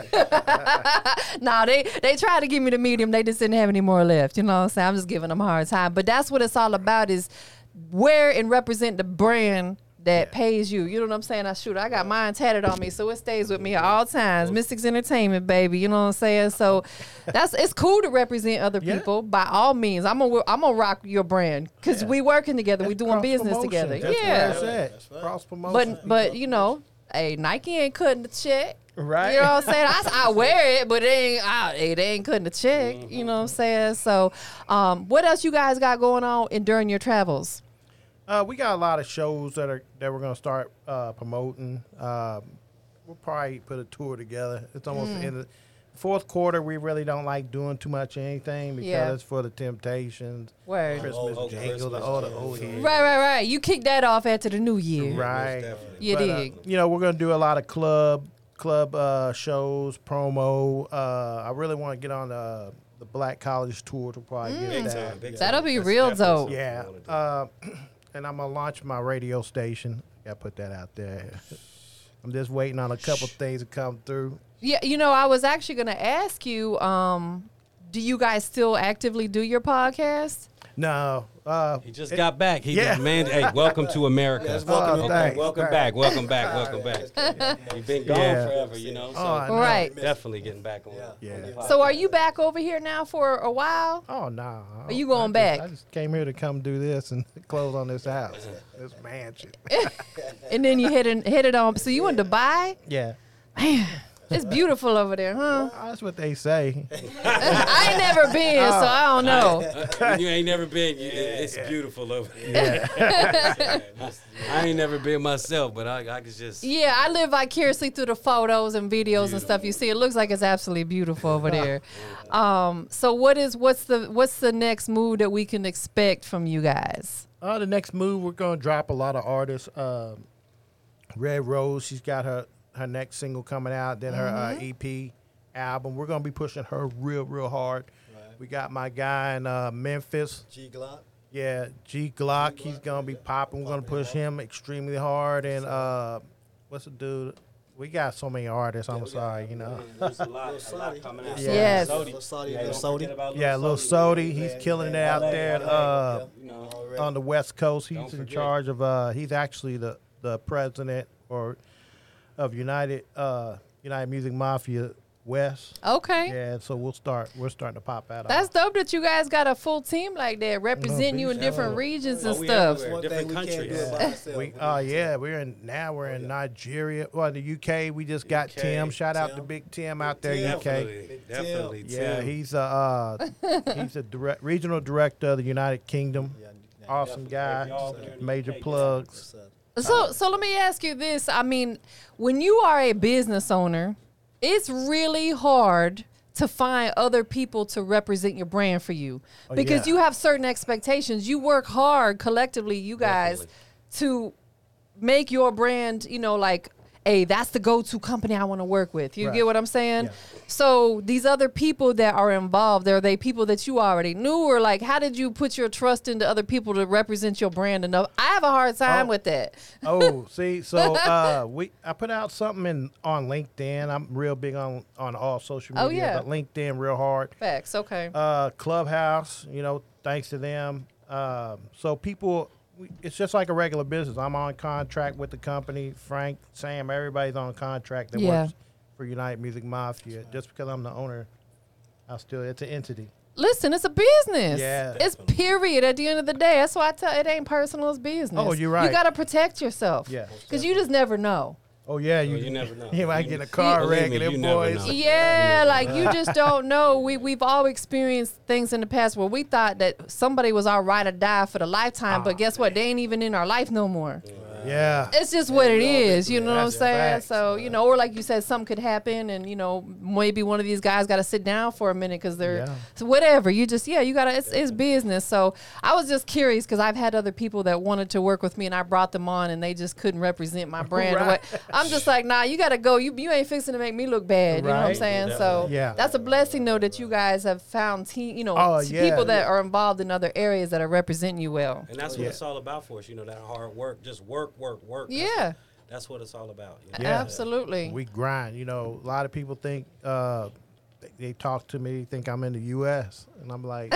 Speaker 1: nah, they they tried to give me the medium. They just didn't have any more left. You know what I'm saying? I'm just giving them a hard time. But that's what it's all about is wear and represent the brand that pays you. You know what I'm saying? I shoot, I got mine tatted on me, so it stays with me at all times. Mystics Entertainment, baby. You know what I'm saying? So that's it's cool to represent other
Speaker 3: Yeah.
Speaker 1: people by all means. I'm gonna I'm gonna rock your brand because we working together. we doing business
Speaker 3: Cross-promotion.
Speaker 1: together.
Speaker 3: That's
Speaker 1: yeah.
Speaker 3: Where it's at. Cross promotion.
Speaker 1: But but you know, hey, Nike ain't cutting the check.
Speaker 3: Right.
Speaker 1: You know what I'm saying? I, I wear it, but it ain't I, it ain't cutting the check.
Speaker 3: Mm-hmm.
Speaker 1: You know what I'm saying? So, um, what else you guys got going on in during your travels?
Speaker 3: Uh, we got a lot of shows that are that we're gonna start uh, promoting. Um, we'll probably put a tour together. It's almost
Speaker 1: Mm.
Speaker 3: the end of fourth quarter. We really don't like doing too much of anything because
Speaker 1: Yeah.
Speaker 3: it's for the Temptations,
Speaker 1: Word.
Speaker 3: Christmas
Speaker 2: Oh, oh,
Speaker 3: jingle, the
Speaker 2: Christmas
Speaker 3: all the
Speaker 2: jingle.
Speaker 3: old hits.
Speaker 1: Right, right, right. You kick that off after the new year.
Speaker 3: Right.
Speaker 2: definitely.
Speaker 1: You
Speaker 3: But, uh,
Speaker 1: dig?
Speaker 3: you know, we're gonna do a lot of club club uh, shows, promo. Uh, I really want to get on the the Black College tour to probably get
Speaker 1: Mm.
Speaker 2: Big
Speaker 3: that.
Speaker 2: time, big time.
Speaker 1: That'll be
Speaker 2: That's
Speaker 1: real
Speaker 2: definitely
Speaker 1: dope.
Speaker 2: something we
Speaker 3: Yeah.
Speaker 2: wanna do.
Speaker 3: Uh, and I'm gonna launch my radio station. I put that out there. I'm just waiting on a couple things to come through.
Speaker 1: Yeah. You know, I was actually gonna ask you. Um, do you guys still actively do your podcast?
Speaker 3: No, uh,
Speaker 2: He just
Speaker 3: it-
Speaker 2: got back. He
Speaker 3: Yeah.
Speaker 2: just, man, hey, welcome to America.
Speaker 3: welcome
Speaker 2: okay,
Speaker 3: back.
Speaker 2: welcome
Speaker 3: Right.
Speaker 2: back. Welcome back. Welcome back. You've been gone
Speaker 3: Yeah.
Speaker 2: forever, you know. So
Speaker 3: Oh, I know.
Speaker 1: Right.
Speaker 2: definitely getting back on.
Speaker 3: Yeah.
Speaker 2: on the podcast.
Speaker 1: So, are you back over here now for a while?
Speaker 3: Oh no! Are
Speaker 1: you going back?
Speaker 3: I just came here to come do this and close on this house, this mansion.
Speaker 1: And then you headed headed on. So you in Dubai?
Speaker 3: Yeah,
Speaker 1: It's beautiful over there, huh?
Speaker 3: that's what they say.
Speaker 1: I ain't never been, so I don't know.
Speaker 2: Uh, you ain't never been. You, it's beautiful over here. I ain't never been myself, but I, I could just.
Speaker 1: Yeah, I live vicariously through the photos and videos and stuff you see. It looks like it's absolutely beautiful over there. Um, so what is what's the what's the next move that we can expect from you guys?
Speaker 3: Uh, the next move, we're gonna drop a lot of artists. Um, Red Rose, she's got her her next single coming out, then her uh, EP album. We're gonna be pushing her real, real hard. We got my guy in uh, Memphis,
Speaker 4: G Glock.
Speaker 3: yeah, G Glock. He's gonna be popping. We're gonna push him extremely hard. And uh, what's the dude? We got so many artists. I'm sorry, you know.
Speaker 2: There's a lot, a lot coming out.
Speaker 1: Yes.
Speaker 4: Little Saudi, little Saudi.
Speaker 3: Yeah, Lil Sodi, he's killing it out there uh,
Speaker 2: You know,
Speaker 3: on the West Coast. He's
Speaker 2: Don't
Speaker 3: in
Speaker 2: forget.
Speaker 3: charge of. Uh, he's actually the the president or of United uh, United Music Mafia West.
Speaker 1: Okay.
Speaker 3: Yeah, and so we'll start. We're starting to pop out.
Speaker 1: That's dope that you guys got a full team like that representing you in different regions and
Speaker 2: Oh, we
Speaker 1: stuff.
Speaker 2: everywhere.
Speaker 4: One
Speaker 2: Different
Speaker 4: thing we can't do
Speaker 2: countries.
Speaker 4: it by ourselves.
Speaker 3: we, oh yeah, we're in now. We're in Nigeria. Well, the UK. We just got
Speaker 2: UK,
Speaker 3: Tim. Shout out to
Speaker 4: Tim.
Speaker 3: Big Tim out there,
Speaker 4: Tim.
Speaker 3: UK.
Speaker 2: definitely, definitely.
Speaker 3: Yeah,
Speaker 2: too.
Speaker 3: he's a uh, he's a direct, regional director of the United Kingdom.
Speaker 4: Yeah, yeah.
Speaker 3: Awesome guy.
Speaker 2: Y'all can-
Speaker 3: Major
Speaker 2: Hey,
Speaker 3: plugs.
Speaker 1: So, so let me ask you this. I mean, when you are a business owner, it's really hard to find other people to represent your brand for you because
Speaker 3: Oh, yeah.
Speaker 1: you have certain expectations. You work hard collectively, you guys, to make your brand, you know, like hey, that's the go-to company I want to work with. You
Speaker 3: Right.
Speaker 1: get what I'm saying?
Speaker 4: Yeah.
Speaker 1: So these other people that are involved, are they people that you already knew, or like how did you put your trust into other people to represent your brand enough? I have a hard time
Speaker 3: Oh.
Speaker 1: with that.
Speaker 3: oh, see, so uh, we I put out something in, on LinkedIn. I'm real big on on all social media,
Speaker 1: Oh, yeah.
Speaker 3: but LinkedIn real hard.
Speaker 1: Facts. Okay.
Speaker 3: Uh, Clubhouse, you know, thanks to them. Um, so people, we- it's just like a regular business. I'm on contract with the company. Frank, Sam, everybody's on contract that
Speaker 1: Yeah.
Speaker 3: works for United Music Mafia. Just because I'm the owner, I still it's an entity.
Speaker 1: Listen, it's a business.
Speaker 3: Yeah.
Speaker 1: It's period at the end of the day. That's why I tell it ain't personal, it's business.
Speaker 3: Oh, you're
Speaker 1: You
Speaker 3: right.
Speaker 1: got to protect yourself.
Speaker 3: Yeah.
Speaker 1: Because you just never know.
Speaker 3: Oh yeah, you,
Speaker 2: you never know.
Speaker 3: You might get in a
Speaker 1: You-
Speaker 3: car
Speaker 2: Believe
Speaker 3: wreck
Speaker 2: me,
Speaker 3: and
Speaker 2: you
Speaker 3: them
Speaker 2: never
Speaker 3: boys.
Speaker 2: know.
Speaker 1: Yeah, like you just don't know. We we've all experienced things in the past where we thought that somebody was our ride or die for the lifetime,
Speaker 3: Ah,
Speaker 1: but guess what? They ain't even in our life no more.
Speaker 3: Yeah.
Speaker 1: It's just what it is, you know what I'm
Speaker 3: That's
Speaker 1: saying?
Speaker 3: facts,
Speaker 1: so, you know, or like you said, something could happen and, you know, maybe one of these guys got to sit down for a minute because they're,
Speaker 3: Yeah.
Speaker 1: so whatever. You just, yeah, you got to, it's, it's business. So I was just curious because I've had other people that wanted to work with me and I brought them on and they just couldn't represent my brand. or
Speaker 3: Right.
Speaker 1: what- I'm just like, nah, you got to go. You, you ain't fixing to make me look bad. You know what I'm
Speaker 3: Right.
Speaker 1: saying? So
Speaker 3: Yeah.
Speaker 1: that's a blessing, though, that you guys have found, te- you know,
Speaker 3: Oh,
Speaker 1: t-
Speaker 3: yeah.
Speaker 1: people that are involved in other areas that are representing you well.
Speaker 2: And that's what
Speaker 3: Yeah.
Speaker 2: it's all about for us, you know, that hard work. Just work, work, work. That's-
Speaker 1: Yeah,
Speaker 2: That's what it's all about. you know?
Speaker 3: Yeah.
Speaker 1: absolutely.
Speaker 3: We grind. You know, a lot of people think uh, they- they talk to me, think I'm in the U.S., and I'm like,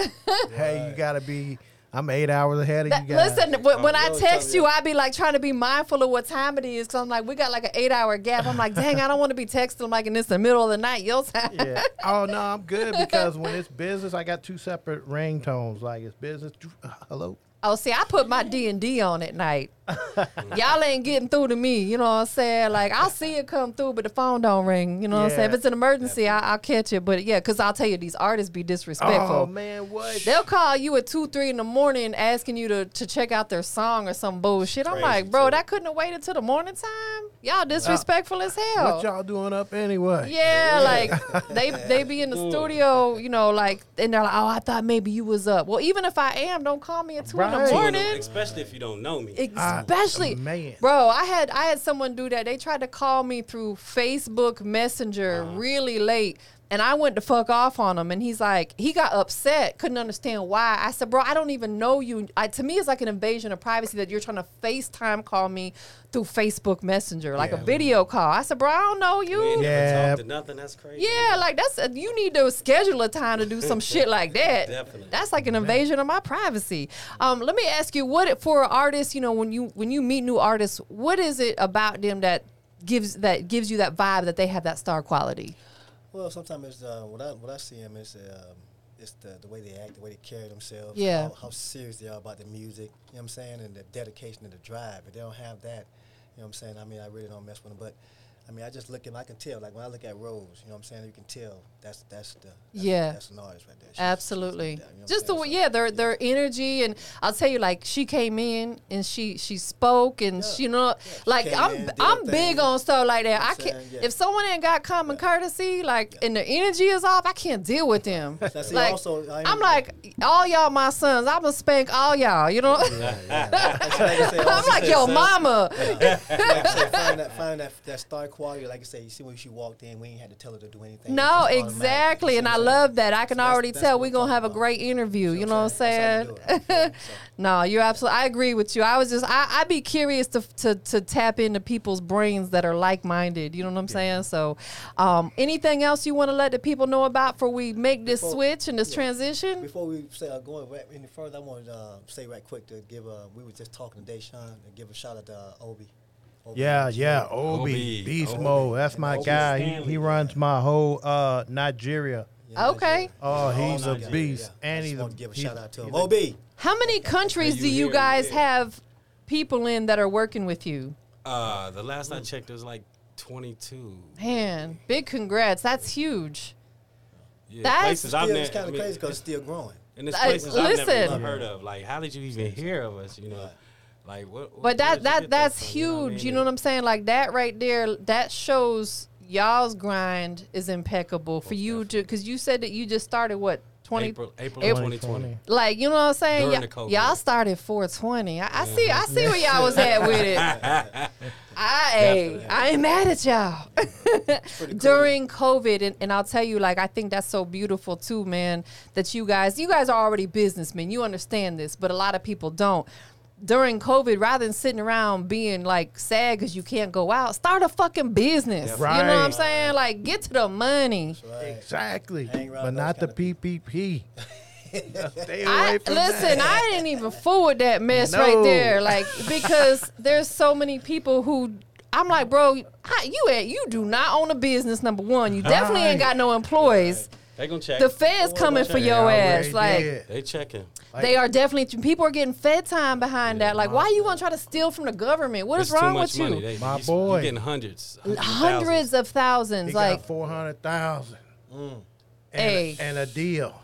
Speaker 3: hey, you gotta be. I'm eight hours ahead of
Speaker 1: That-
Speaker 3: you guys.
Speaker 1: listen, when, when I
Speaker 2: no,
Speaker 1: text
Speaker 2: tell
Speaker 1: you,
Speaker 2: me.
Speaker 1: I be like trying to be mindful of what time it is because I'm like, we got like an eight hour gap. I'm like, dang, I don't want to be texting like, and it's the middle of the night, your time.
Speaker 3: Yeah. Oh no, I'm good because when it's business, I got two separate ringtones. Like it's business. Hello.
Speaker 1: Oh, see, I put my D and D on at night. Y'all ain't getting through to me. You know what I'm saying? Like I'll see it come through, but the phone don't ring. You know what I'm saying? If
Speaker 3: Yeah.
Speaker 1: it's an emergency, I, I'll catch it. But yeah, because I'll tell you, these artists be disrespectful.
Speaker 3: Oh man, what?
Speaker 1: They'll call you at two, three in the morning asking you to, to check out their song or some bullshit. I'm
Speaker 2: Crazy,
Speaker 1: like, bro,
Speaker 2: too.
Speaker 1: that couldn't have waited till the morning time. Y'all disrespectful as hell.
Speaker 3: What y'all doing up anyway?
Speaker 1: yeah, like they they be in the studio, you know, like and they're like, oh, I thought maybe you was up. Well, even if I am, don't call me at two in
Speaker 3: Right.
Speaker 1: the
Speaker 3: Two
Speaker 2: Well, no,
Speaker 1: morning.
Speaker 2: Especially if you don't know me.
Speaker 1: Especially,
Speaker 3: man.
Speaker 1: bro, I had I had someone do that. They tried to call me through Facebook Messenger really late, and I went to fuck off on him. And he's like, he got upset, couldn't understand why. I said, bro, I don't even know you. I, to me, it's like an invasion of privacy that you're trying to FaceTime call me through Facebook Messenger, like a
Speaker 3: Yeah.
Speaker 1: video call. I said, bro, I don't know you.
Speaker 2: We ain't never
Speaker 3: Yeah.
Speaker 2: talked to nothing. That's crazy.
Speaker 1: Yeah, like that's a, you need to schedule a time to do some shit like that.
Speaker 2: Definitely.
Speaker 1: That's like an invasion of my privacy. Um, let me ask you, what for artists? You know, when you when you meet new artists, what is it about them that gives that gives you that vibe that they have that star quality?
Speaker 4: Well, sometimes it's uh, what I what I see them is um, it's the, the way they act, the way they carry themselves,
Speaker 1: Yeah.
Speaker 4: how, how serious they are about the music. You know what I'm saying, and the dedication and the drive. If they don't have that, you know what I'm saying. I mean, I really don't mess with them, but I mean, I just look at 'em, I can tell. Like when I look at Rose, you know what I'm saying, you can tell that's that's the that's,
Speaker 1: Yeah.
Speaker 4: that's an artist right there. She's- she's like
Speaker 1: Absolutely.
Speaker 4: that, you know what I'm
Speaker 1: Just the
Speaker 4: saying?
Speaker 1: way,
Speaker 4: So-
Speaker 1: yeah, their their energy, and I'll tell you, like she came in and she she spoke, and she, you know, like
Speaker 4: came
Speaker 1: I'm
Speaker 4: in, did her
Speaker 1: I'm big
Speaker 4: thing.
Speaker 1: on stuff like that.
Speaker 4: You know
Speaker 1: I
Speaker 4: what I'm
Speaker 1: can't
Speaker 4: saying? Yeah.
Speaker 1: if someone ain't got common courtesy, like and the energy is off, I can't deal with them.
Speaker 4: Now, see,
Speaker 1: like
Speaker 4: also, I ain't-
Speaker 1: I'm like all y'all my sons. I'm gonna spank all y'all. You know,
Speaker 4: Like I said,
Speaker 1: I'm
Speaker 4: also-
Speaker 1: like yo
Speaker 2: son.
Speaker 1: mama.
Speaker 4: like I said, find that find that that star quality. Like I say, you see when she walked in, we ain't had to tell her to do anything.
Speaker 1: No,
Speaker 4: It's just automatic.
Speaker 1: exactly,
Speaker 4: You
Speaker 1: and
Speaker 4: see
Speaker 1: I
Speaker 4: what I'm
Speaker 1: love that. I can
Speaker 4: That's-
Speaker 1: already
Speaker 4: that's
Speaker 1: tell
Speaker 4: what
Speaker 1: we're
Speaker 4: I'm
Speaker 1: gonna
Speaker 4: talking
Speaker 1: have a
Speaker 4: about.
Speaker 1: great interview.
Speaker 4: saying?
Speaker 1: You know what I'm saying?
Speaker 4: That's how you do it. You feel me? So-
Speaker 1: No, you're absolutely. I agree with you. I was just. I I be curious to to to tap into people's brains that are like minded. You know what I'm saying? So, um, anything else you want to let the people know about before we make this
Speaker 4: Before-
Speaker 1: switch and this
Speaker 4: yeah.
Speaker 1: transition?
Speaker 4: Before we say uh, going right any further, I want to uh, say right quick to give. Uh, we were just talking to Deshaun and give a shout out to uh, Obi. Obi.
Speaker 3: Yeah, yeah.
Speaker 2: Obi.
Speaker 3: Obi, Beast
Speaker 2: Obi.
Speaker 3: Mode. That's my
Speaker 2: Obi
Speaker 3: guy.
Speaker 2: Stanley.
Speaker 3: He, he runs my whole uh, Nigeria.
Speaker 4: Yeah,
Speaker 1: Okay.
Speaker 4: that's it.
Speaker 3: Oh,
Speaker 4: All
Speaker 3: he's a
Speaker 4: Nigeria,
Speaker 3: beast,
Speaker 4: yeah. I
Speaker 3: and
Speaker 4: just
Speaker 3: he's a-
Speaker 4: want to give a
Speaker 3: he's-
Speaker 4: shout out to him.
Speaker 3: he's a-
Speaker 4: Obi.
Speaker 1: How many countries
Speaker 2: you
Speaker 1: do you
Speaker 2: here,
Speaker 1: guys
Speaker 2: yeah.
Speaker 1: have people in that are working with you?
Speaker 2: Uh, the last I checked, it was like 22.
Speaker 1: Man, big congrats. That's huge.
Speaker 2: Yeah,
Speaker 1: That's-
Speaker 2: places I've
Speaker 4: Still,
Speaker 2: never.
Speaker 4: it's kind
Speaker 2: I
Speaker 4: of
Speaker 2: mean,
Speaker 4: crazy because it's still growing.
Speaker 2: And it's
Speaker 1: Like,
Speaker 2: places I've never
Speaker 1: listen.
Speaker 2: even heard of. Like, how did you even hear of us? You know, like what? what-
Speaker 1: But
Speaker 2: where did
Speaker 1: that
Speaker 2: you
Speaker 1: that
Speaker 2: get
Speaker 1: that's
Speaker 2: from?
Speaker 1: huge. You know, what
Speaker 2: I
Speaker 1: I'm saying? Like that right there, that shows y'all's grind is impeccable for you to because you said that you just started what
Speaker 2: mean?
Speaker 1: twenty.
Speaker 2: April, April,
Speaker 1: April-
Speaker 2: 2020.
Speaker 1: Like you know what I'm saying?
Speaker 2: During
Speaker 1: Y'all-
Speaker 2: the COVID.
Speaker 1: y'all started 420. I, I see. I see where y'all was at with it. I ain't,
Speaker 2: Definitely.
Speaker 1: I ain't mad at y'all. During COVID, and, and I'll tell you, like, I think that's so beautiful too, man, that you guys, you guys are already businessmen. You understand this, but a lot of people don't. During COVID, rather than sitting around being like sad because you can't go out, start a fucking business. You know what I'm
Speaker 3: Right.
Speaker 1: saying? Like, get to the money.
Speaker 4: Right.
Speaker 3: Exactly.
Speaker 4: Hang around
Speaker 3: But
Speaker 4: those
Speaker 3: not the
Speaker 4: kinda
Speaker 3: PPP. Stay away
Speaker 1: I,
Speaker 3: from
Speaker 1: listen,
Speaker 3: that.
Speaker 1: I didn't even forward that mess right
Speaker 3: No.
Speaker 1: there, like because there's so many people who I'm like, bro, I, you ain't- you do not own a business. Number one, you definitely ain't got no employees.
Speaker 2: They gonna check.
Speaker 1: The feds coming for
Speaker 2: They
Speaker 1: your
Speaker 3: already
Speaker 1: ass. Like
Speaker 3: did.
Speaker 2: they checking.
Speaker 1: they are definitely people are getting fed time behind that. Like, why you gonna try to steal from the government? What is
Speaker 2: It's
Speaker 1: wrong
Speaker 2: too much
Speaker 1: with
Speaker 2: money.
Speaker 1: you?
Speaker 2: They,
Speaker 3: My
Speaker 2: you, s-
Speaker 3: boy.
Speaker 2: You getting hundreds.
Speaker 1: Hundreds of thousands.
Speaker 3: He
Speaker 1: like
Speaker 3: got four hundred thousand.
Speaker 4: Mm.
Speaker 1: Hey.
Speaker 3: And a deal.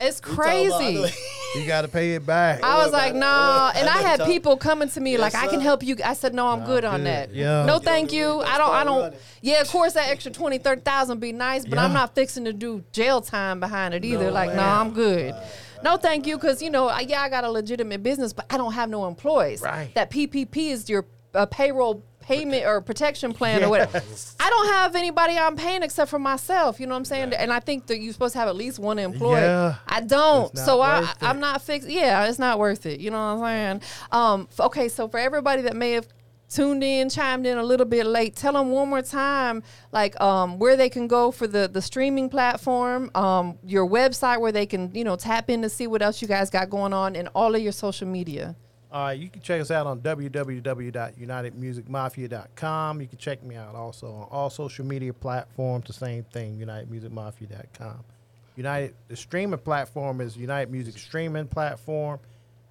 Speaker 1: it's
Speaker 4: You talking about- I
Speaker 1: crazy.
Speaker 4: know-
Speaker 3: You got to pay it back.
Speaker 1: I was
Speaker 4: about
Speaker 1: like,
Speaker 4: it.
Speaker 1: no.
Speaker 4: I
Speaker 1: and I
Speaker 4: know
Speaker 1: had
Speaker 4: you talk-
Speaker 1: people coming to me
Speaker 4: Yes,
Speaker 1: like, I can
Speaker 4: sir.
Speaker 1: help you. I said, no, I'm good on
Speaker 3: good.
Speaker 1: that.
Speaker 3: Yeah.
Speaker 1: No,
Speaker 3: You
Speaker 1: thank
Speaker 4: don't
Speaker 1: you.
Speaker 4: really
Speaker 1: I don't. I
Speaker 4: start
Speaker 1: don't.
Speaker 4: running.
Speaker 1: Yeah, of course, that extra 20, 30,000 would be nice, but I'm
Speaker 3: Yeah.
Speaker 1: not fixing to do jail time behind it either.
Speaker 3: No,
Speaker 1: like, no,
Speaker 3: ma'am.
Speaker 1: I'm good. No, thank you, because you know, I, yeah, I got a legitimate business, but I don't have no employees.
Speaker 3: Right.
Speaker 1: That PPP is your uh, payroll payment or protection plan or whatever. I don't have anybody I'm paying except for myself. You know what I'm saying? And I think that you're supposed to have at least one employee.
Speaker 3: Yeah.
Speaker 1: I don't.
Speaker 3: It's not
Speaker 1: Oh, So I,
Speaker 3: worth it.
Speaker 1: I'm not fixed. Yeah, it's not worth it. You know what I'm saying? Um, f- okay, so for everybody that may have tuned in, chimed in a little bit late, tell them one more time, like um, where they can go for the the streaming platform, um, your website where they can you know tap in to see what else you guys got going on, and all of your social media.
Speaker 3: All right, Uh, you can check us out on www.unitedmusicmafia.com. You can check me out also on all social media platforms, the same thing, unitedmusicmafia.com. United, the streaming platform is United Music Streaming Platform.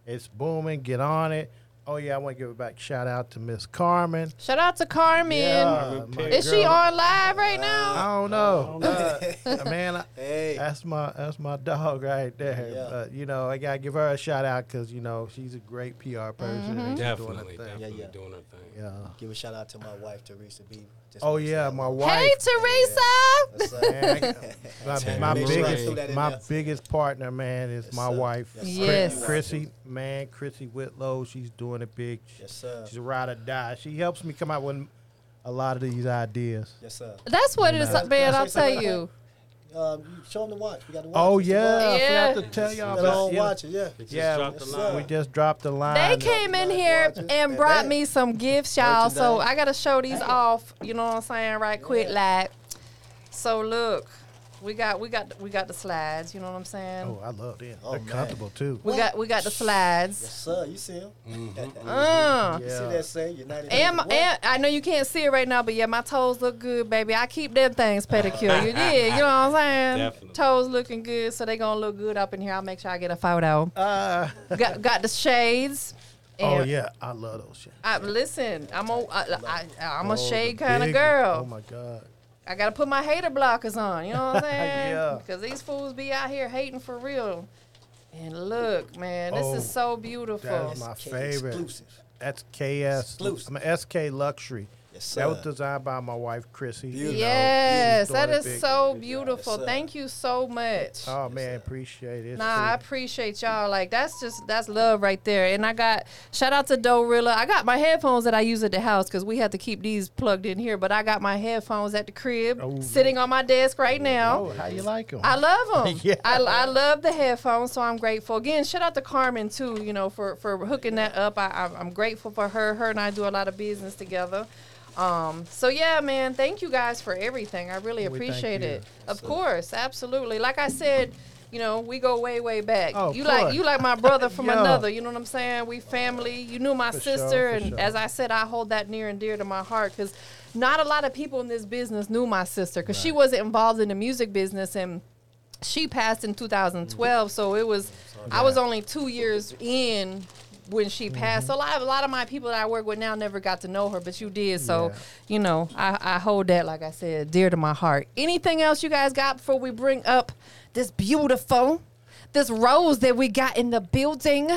Speaker 3: It's booming. Get on it. Oh, yeah, I want to give a back shout out to Miss Carmen.
Speaker 1: Shout out to Carmen.
Speaker 3: my
Speaker 1: Is she
Speaker 3: girl.
Speaker 1: on live right now?
Speaker 3: I don't know. Uh, man, I,
Speaker 4: Hey.
Speaker 3: that's my that's my dog right there.
Speaker 4: Yeah.
Speaker 3: But you know, I gotta give her a shout out because you know she's a great PR person.
Speaker 1: Mm-hmm.
Speaker 3: and she's doing her
Speaker 2: Definitely,
Speaker 3: thing.
Speaker 2: definitely
Speaker 4: Yeah, yeah.
Speaker 2: doing her thing.
Speaker 3: Yeah.
Speaker 4: Give a shout out to my wife, Teresa Beaver. Just
Speaker 3: Oh
Speaker 4: wanna say
Speaker 3: yeah,
Speaker 4: I
Speaker 3: my
Speaker 4: love
Speaker 3: wife.
Speaker 1: Hey, Teresa.
Speaker 4: her. That's, uh,
Speaker 3: Man, my
Speaker 2: Terry
Speaker 3: my
Speaker 2: Mitchell. Threw
Speaker 4: that
Speaker 3: biggest
Speaker 4: in
Speaker 3: my
Speaker 4: there.
Speaker 3: biggest partner, man, is
Speaker 4: Yes,
Speaker 3: my
Speaker 4: sir.
Speaker 3: wife.
Speaker 4: Yes, sir.
Speaker 3: Chris-
Speaker 1: Yes.
Speaker 3: Chrissy, man, Chrissy Whitlow, she's doing it big.
Speaker 4: Yes, sir.
Speaker 3: She's a ride or die. She helps me come out with a lot of these ideas.
Speaker 4: Yes, sir.
Speaker 1: That's what it
Speaker 4: Nah.
Speaker 1: is, man. I'll tell you.
Speaker 4: Um, you show them to watch. We got to watch.
Speaker 3: Oh
Speaker 4: It's
Speaker 3: yeah,
Speaker 4: live.
Speaker 1: Yeah.
Speaker 3: I forgot to tell y'all
Speaker 4: They don't
Speaker 3: about yeah.
Speaker 4: watch it. Yeah.
Speaker 2: They just
Speaker 3: Yeah,
Speaker 2: dropped the
Speaker 4: what's
Speaker 2: line.
Speaker 4: up?
Speaker 3: We just dropped the line.
Speaker 1: They came in here
Speaker 4: Watches.
Speaker 1: and
Speaker 4: And
Speaker 1: brought
Speaker 4: that.
Speaker 1: me some gifts, y'all. So
Speaker 4: Merchandise.
Speaker 1: I gotta show these off. You know what I'm saying, right? Quick, like. So look, we got we got we got the slides. You know what I'm saying?
Speaker 3: Oh, I love them.
Speaker 4: Oh,
Speaker 3: They're
Speaker 4: man.
Speaker 3: comfortable too.
Speaker 1: We got we got the
Speaker 4: Yes,
Speaker 1: slides.
Speaker 4: sir. You see him?
Speaker 3: Uh-huh.
Speaker 1: Mm.
Speaker 4: You see that say United.
Speaker 1: And, my-
Speaker 4: Nations
Speaker 1: and I know you can't see it right now, but yeah, my toes look good, baby. I keep them things pedicure. You did, you know what I'm saying?
Speaker 2: Definitely.
Speaker 1: Toes looking good, so they gonna look good up in here. I'll make sure I get a photo.
Speaker 3: Uh,
Speaker 1: got got the shades.
Speaker 3: oh
Speaker 1: and
Speaker 3: yeah, I love those shit.
Speaker 1: I, listen, I'm a, I, I, I'm a
Speaker 3: Oh, the
Speaker 1: shade kind of
Speaker 3: big-
Speaker 1: girl.
Speaker 3: Oh my god.
Speaker 1: I gotta put my hater blockers on. You know what I'm saying?
Speaker 3: Yeah.
Speaker 1: Because these fools be out here hating for real. And look, man, this is
Speaker 3: Oh,
Speaker 1: so beautiful.
Speaker 3: is my
Speaker 4: K
Speaker 3: favorite.
Speaker 4: Exclusive.
Speaker 3: That's KS.
Speaker 4: Exclusive.
Speaker 3: I'm a SK Luxury.
Speaker 4: Yes, sir.
Speaker 3: That was designed by my wife Chrissy.
Speaker 4: Beautiful. you know,
Speaker 1: yes,
Speaker 3: she's
Speaker 1: that
Speaker 3: doing
Speaker 1: is
Speaker 3: a big-
Speaker 1: so
Speaker 4: big job.
Speaker 1: beautiful.
Speaker 4: Yes, sir.
Speaker 1: Thank you so much.
Speaker 3: Oh man, appreciate it. It's
Speaker 1: Nah, I
Speaker 3: cool.
Speaker 1: appreciate y'all. Like that's just that's love right there. And I got shout out to Dorilla. I got my headphones that I use at the house because we had to keep these plugged in here. But I got my headphones at the crib,
Speaker 3: Oh.
Speaker 1: sitting on my desk right now.
Speaker 3: Oh, how you like them?
Speaker 1: I love them.
Speaker 3: Yeah.
Speaker 1: I, I love the headphones, so I'm grateful. Again, shout out to Carmen too. You know, for for hooking that up. I, I'm- I'm grateful for her. Her and I do a lot of business together. Um, so yeah, man, thank you guys for everything. I really
Speaker 3: We thank
Speaker 1: appreciate
Speaker 3: you.
Speaker 1: it. Of course, absolutely. Like I said, you know, we go way, way back.
Speaker 3: Oh, of
Speaker 1: you
Speaker 3: course.
Speaker 1: like you like my brother from
Speaker 3: Yeah.
Speaker 1: another. You know what I'm saying? We family. You knew my
Speaker 3: For sure,
Speaker 1: sister,
Speaker 3: for
Speaker 1: and
Speaker 3: sure.
Speaker 1: as I said, I hold that near and dear to my heart because not a lot of people in this business knew my sister because she wasn't involved in the music business and she passed
Speaker 2: Mm-hmm.
Speaker 1: in 2012 so it was i was only two years in when she
Speaker 2: Mm-hmm.
Speaker 1: passed so a lot, of, a lot of my people that i work with now never got to know her but you did so
Speaker 3: Yeah.
Speaker 1: you know I, I hold that like i said dear to my heart anything else you guys got before we bring up this beautiful this rose that we got in the building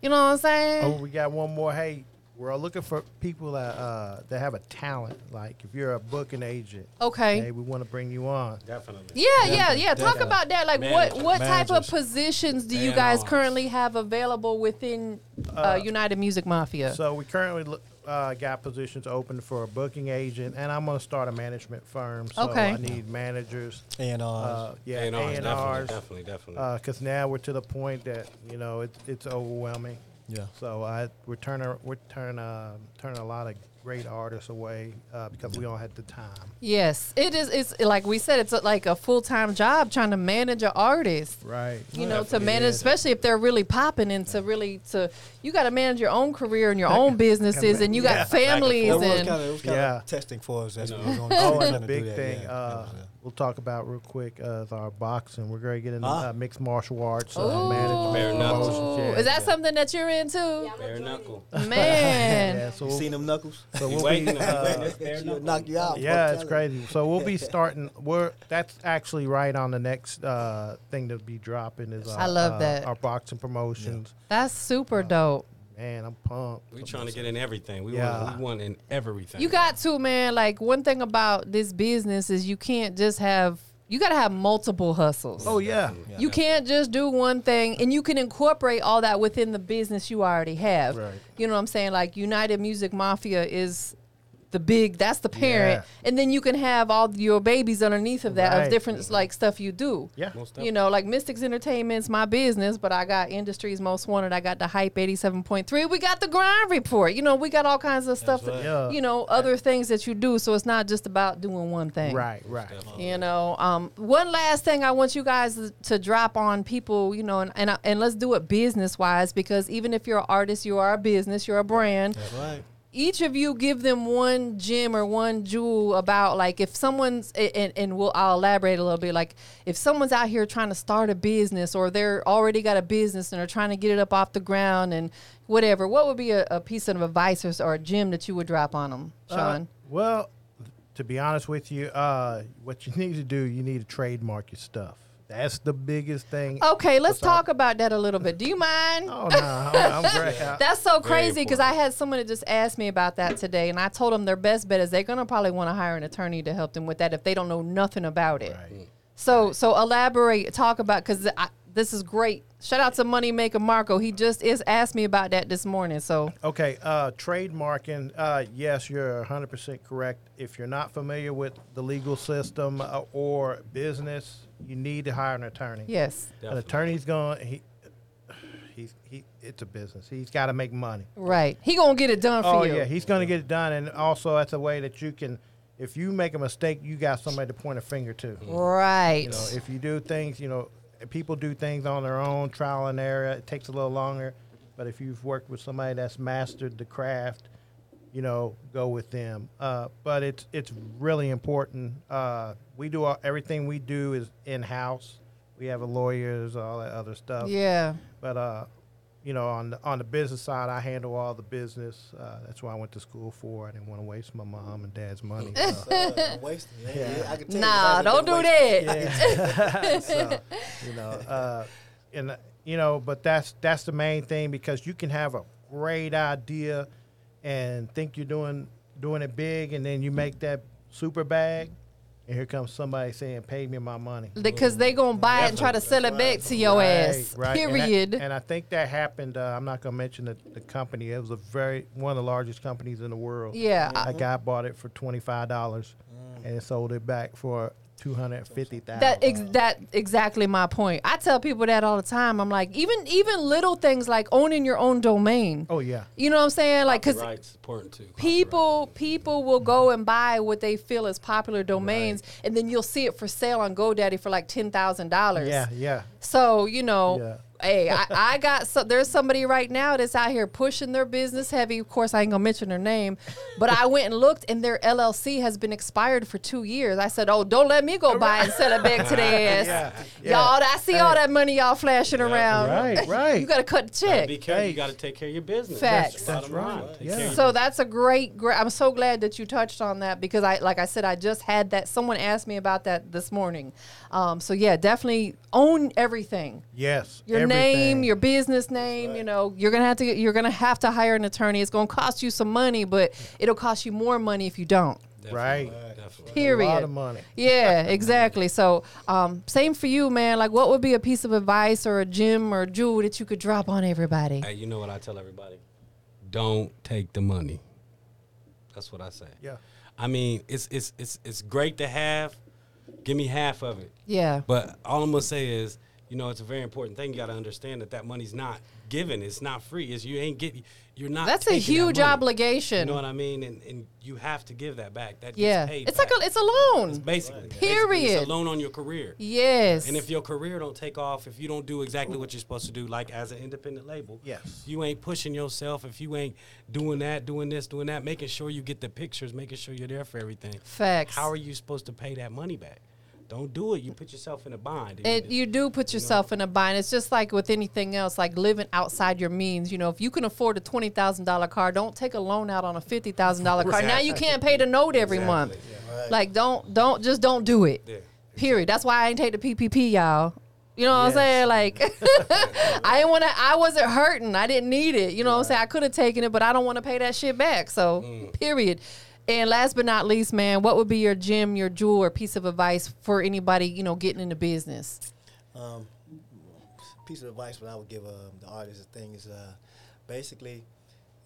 Speaker 1: you know what i'm saying
Speaker 2: Oh,
Speaker 3: Oh, we got one more. Hey, We're all looking for people that uh, that have a talent. Like if you're a booking agent,
Speaker 1: Okay.
Speaker 3: hey, we want to bring you on.
Speaker 2: Definitely.
Speaker 1: Yeah, yeah, yeah. Talk
Speaker 2: Definitely.
Speaker 1: about that. Like, what
Speaker 2: Managers.
Speaker 1: what type of
Speaker 2: Managers.
Speaker 1: positions do you
Speaker 2: Man
Speaker 1: guys
Speaker 2: arms.
Speaker 1: currently have available within uh, United Music Mafia?
Speaker 3: So we currently look- uh, got positions open for a booking agent, and I'm gonna start a management firm. So
Speaker 1: Okay.
Speaker 3: I need managers.
Speaker 4: And
Speaker 3: Uh, yeah, A
Speaker 2: A&Rs,
Speaker 3: and
Speaker 2: definitely,
Speaker 3: R's. Uh,
Speaker 2: definitely, definitely.
Speaker 3: Because now we're to the point that you know it's it's overwhelming.
Speaker 4: yeah.
Speaker 3: So I we're turning we're turning uh, turning a lot of great artists away uh, because we don't have the time.
Speaker 1: yes, it is. It's like we said. It's like a full time job trying to manage an artist.
Speaker 3: Right.
Speaker 1: You know, to
Speaker 2: Definitely
Speaker 1: manage,
Speaker 2: is.
Speaker 1: especially if they're really popping, and to really to you got to manage your own career and your own businesses, and you
Speaker 2: Yeah.
Speaker 1: got families
Speaker 4: That was
Speaker 1: and
Speaker 4: kind of, it was kind
Speaker 3: Yeah.
Speaker 4: of testing for us. That's
Speaker 2: No.
Speaker 4: what we were
Speaker 3: Oh,
Speaker 4: going
Speaker 3: and the big thing uh, we'll talk about real quick uh, is our boxing. We're going to get into
Speaker 4: Ah.
Speaker 3: uh, mixed martial arts, uh,
Speaker 1: Ooh.
Speaker 3: management,
Speaker 2: Bare knuckles.
Speaker 3: promotions. Yeah.
Speaker 1: Is that something that you're into?
Speaker 2: Bare knuckle.
Speaker 1: Man.
Speaker 3: Yeah, so
Speaker 4: you
Speaker 3: we'll,
Speaker 4: seen them knuckles?
Speaker 3: so
Speaker 2: You
Speaker 3: we'll
Speaker 2: waiting
Speaker 3: be,
Speaker 2: on
Speaker 3: uh,
Speaker 2: that bare
Speaker 4: She'll
Speaker 2: knuckle.
Speaker 4: knock you out.
Speaker 3: yeah, it's
Speaker 4: I'm telling
Speaker 3: crazy. So we'll be starting. We're that's actually right on the next uh, thing to be dropping is our,
Speaker 1: I love
Speaker 3: uh,
Speaker 1: that.
Speaker 3: our boxing promotions.
Speaker 1: That's super dope.
Speaker 3: Man, I'm pumped.
Speaker 2: We trying to get in everything. We
Speaker 3: Yeah.
Speaker 2: want we want in everything.
Speaker 1: You got to, man. Like one thing about this business is you can't just have you gotta have multiple hustles.
Speaker 3: Oh yeah,
Speaker 4: yeah.
Speaker 1: You can't just do one thing and you can incorporate all that within the business you already have.
Speaker 3: Right.
Speaker 1: You know what I'm saying? Like United Music Mafia is the big that's the parent. And then you can have all your babies underneath of that
Speaker 3: Right. Mm-hmm.
Speaker 1: of different like stuff you do.
Speaker 3: yeah.
Speaker 2: Most
Speaker 1: You know, like Mystics Entertainment's my business, but I got Industries Most Wanted. I got the Hype 87.3. We got the Grind Report. You know, we got all kinds of stuff,
Speaker 2: right.
Speaker 3: Yeah.
Speaker 1: you know, other things that you do. So it's not just about doing one thing.
Speaker 3: Right, right.
Speaker 1: You know, um, one last thing I want you guys to drop on people, you know, and and, I- and let's do it business wise because even if you're an artist, you are a business, you're a brand
Speaker 4: That's right.
Speaker 1: each of you give them one gem or one jewel about like if someone's a- and, and we'll I'll elaborate a little bit like if someone's out here trying to start a business or they're already got a business and are trying to get it up off the ground and whatever what would be a, a piece of advice or, s- or a gem that you would drop on them Sean
Speaker 3: Uh, well, to be honest with you, uh, what you need to do, you need to trademark your stuff. That's the biggest thing.
Speaker 1: okay let's
Speaker 3: what's up?
Speaker 1: talk about that a little bit do you mind
Speaker 3: Oh, no, I'm, I'm great. I-
Speaker 1: That's so
Speaker 2: Very
Speaker 1: crazy because I had someone that just asked me about that today, and I told them their best bet is they're gonna probably want to hire an attorney to help them with that if they don't know nothing about it.
Speaker 3: Right.
Speaker 1: So, so elaborate, talk about because this is great. Shout out to Moneymaker Marco. He just is asked me about that this morning. So,
Speaker 3: Okay, uh, trademarking. Uh, yes, you're 100% correct. If you're not familiar with the legal system uh, or business, you need to hire an attorney.
Speaker 1: yes,
Speaker 3: An attorney's going. He, he's he. It's a business. He's got to make money.
Speaker 1: right. He gonna get it done for
Speaker 3: Oh
Speaker 1: you.
Speaker 3: yeah, he's going to get it done. And also, that's a way that you can. If you make a mistake, you got somebody to point a finger to.
Speaker 1: Mm-hmm. right.
Speaker 3: You know, if you do things, you know, people do things on their own, trial and error. It takes a little longer, but if you've worked with somebody that's mastered the craft, you know, go with them. Uh, but it's it's really important. Uh, we do all, everything we do is in house. We have a lawyers, all that other stuff.
Speaker 1: yeah.
Speaker 3: But uh, you know, on the, on the business side, I handle all the business. Uh, that's what I went to school for. I didn't want to waste my mom and dad's money. so.
Speaker 4: Uh, I'm wasting. Yeah, yeah, I can tell you
Speaker 1: Nah,
Speaker 4: guys have
Speaker 1: don't
Speaker 4: been
Speaker 1: do
Speaker 4: wasting.
Speaker 1: that.
Speaker 3: Yeah. so, you know, uh, and uh, you know, but that's that's the main thing because you can have a great idea and think you're doing doing it big, and then you make that super bag, and here comes somebody saying, "Pay me my money."
Speaker 1: Because they gonna buy it and try to sell it back to your ass.
Speaker 3: And that-
Speaker 1: Period.
Speaker 3: And I, think that happened. Uh, I'm not gonna mention the, the company. It was a very one of the largest companies in the world.
Speaker 1: yeah. I-
Speaker 3: A guy bought it for twenty five dollars and sold it back for two hundred fifty thousand.
Speaker 1: That ex- that exactly my point. I tell people that all the time. I'm like, even even little things like owning your own domain.
Speaker 3: Oh yeah.
Speaker 1: You know what I'm saying? Like, cause
Speaker 2: Rights important too.
Speaker 1: people people will go and buy what they feel is popular domains, and then you'll see it for sale on GoDaddy for like ten thousand dollars.
Speaker 3: Yeah, yeah.
Speaker 1: So you know.
Speaker 3: Yeah.
Speaker 1: Hey, I, I got so there's somebody right now that's out here pushing their business heavy. Of course, I ain't gonna mention their name, but I went and looked, and their LLC has been expired for two years. I said, "Oh, don't let me go buy and sell it back to their ass,
Speaker 3: Yeah, yeah.
Speaker 1: y'all." I see all that money y'all flashing around.
Speaker 3: Right, right.
Speaker 1: you gotta cut the
Speaker 2: Gotta be
Speaker 1: check.
Speaker 2: careful.
Speaker 3: Hey.
Speaker 2: You got to take care of your business.
Speaker 1: Facts.
Speaker 2: That's,
Speaker 3: That's
Speaker 2: bottom line.
Speaker 3: right.
Speaker 2: Take care
Speaker 3: Yeah.
Speaker 2: of your
Speaker 1: So that's a great, great. I'm so glad that you touched on that because I, like I said, I just had that. Someone asked me about that this morning. Um, so yeah, definitely own everything.
Speaker 3: Yes.
Speaker 1: You're name,
Speaker 3: everything.
Speaker 1: your business name, you know, you're gonna have to you're gonna have to hire an attorney. It's gonna cost you some money, but it'll cost you more money if you don't.
Speaker 3: Right.
Speaker 2: Definitely.
Speaker 1: Period.
Speaker 3: A lot of money.
Speaker 1: Yeah, exactly. So, um, same for you, man. Like, what would be a piece of advice or a gem or jewel that you could drop on everybody?
Speaker 2: Hey, you know what I tell everybody? Don't take the money. That's what I say.
Speaker 3: Yeah.
Speaker 2: I mean, it's it's it's it's great to have. Give me half of it.
Speaker 1: Yeah.
Speaker 2: But all I'm gonna say is, you know, it's a very important thing. You got to understand that that money's not given. It's not free. It's you ain't get. You're not.
Speaker 1: That's a
Speaker 2: taking that
Speaker 1: huge
Speaker 2: money.
Speaker 1: obligation.
Speaker 2: You know what I mean? And and you have to give that back. That
Speaker 1: yeah.
Speaker 2: Gets paid
Speaker 1: It's like
Speaker 2: back.
Speaker 1: a it's a loan.
Speaker 2: basically
Speaker 1: Period.
Speaker 2: Basically, it's a loan on your career.
Speaker 1: yes.
Speaker 2: And if your career don't take off, if you don't do exactly what you're supposed to do, like as an independent label,
Speaker 3: Yes.
Speaker 2: you ain't pushing yourself. If you ain't doing that, doing this, doing that, making sure you get the pictures, making sure you're there for everything.
Speaker 1: Facts.
Speaker 2: How are you supposed to pay that money back? Don't do it. You put yourself in a bind.
Speaker 1: it, you do put yourself in a bind. It's just like with anything else, like living outside your means. You know, if you can afford a twenty thousand dollar car, don't take a loan out on a fifty thousand dollar car. Now you can't pay the note every month.
Speaker 4: Right.
Speaker 1: Like, don't, don't, just don't do it.
Speaker 2: Yeah.
Speaker 1: Period. That's why I ain't take the PPP, y'all. You know what I'm
Speaker 3: Yes.
Speaker 1: saying? Like, I didn't want to. I wasn't hurting. I didn't need it. You know what I'm saying? I could have taken it, but I don't want to pay that shit back. So,
Speaker 4: Mm.
Speaker 1: period. And last but not least, man, what would be your gem, your jewel, or piece of advice for anybody you know getting into business?
Speaker 4: Um, piece of advice that I would give um, the artist the thing is uh, basically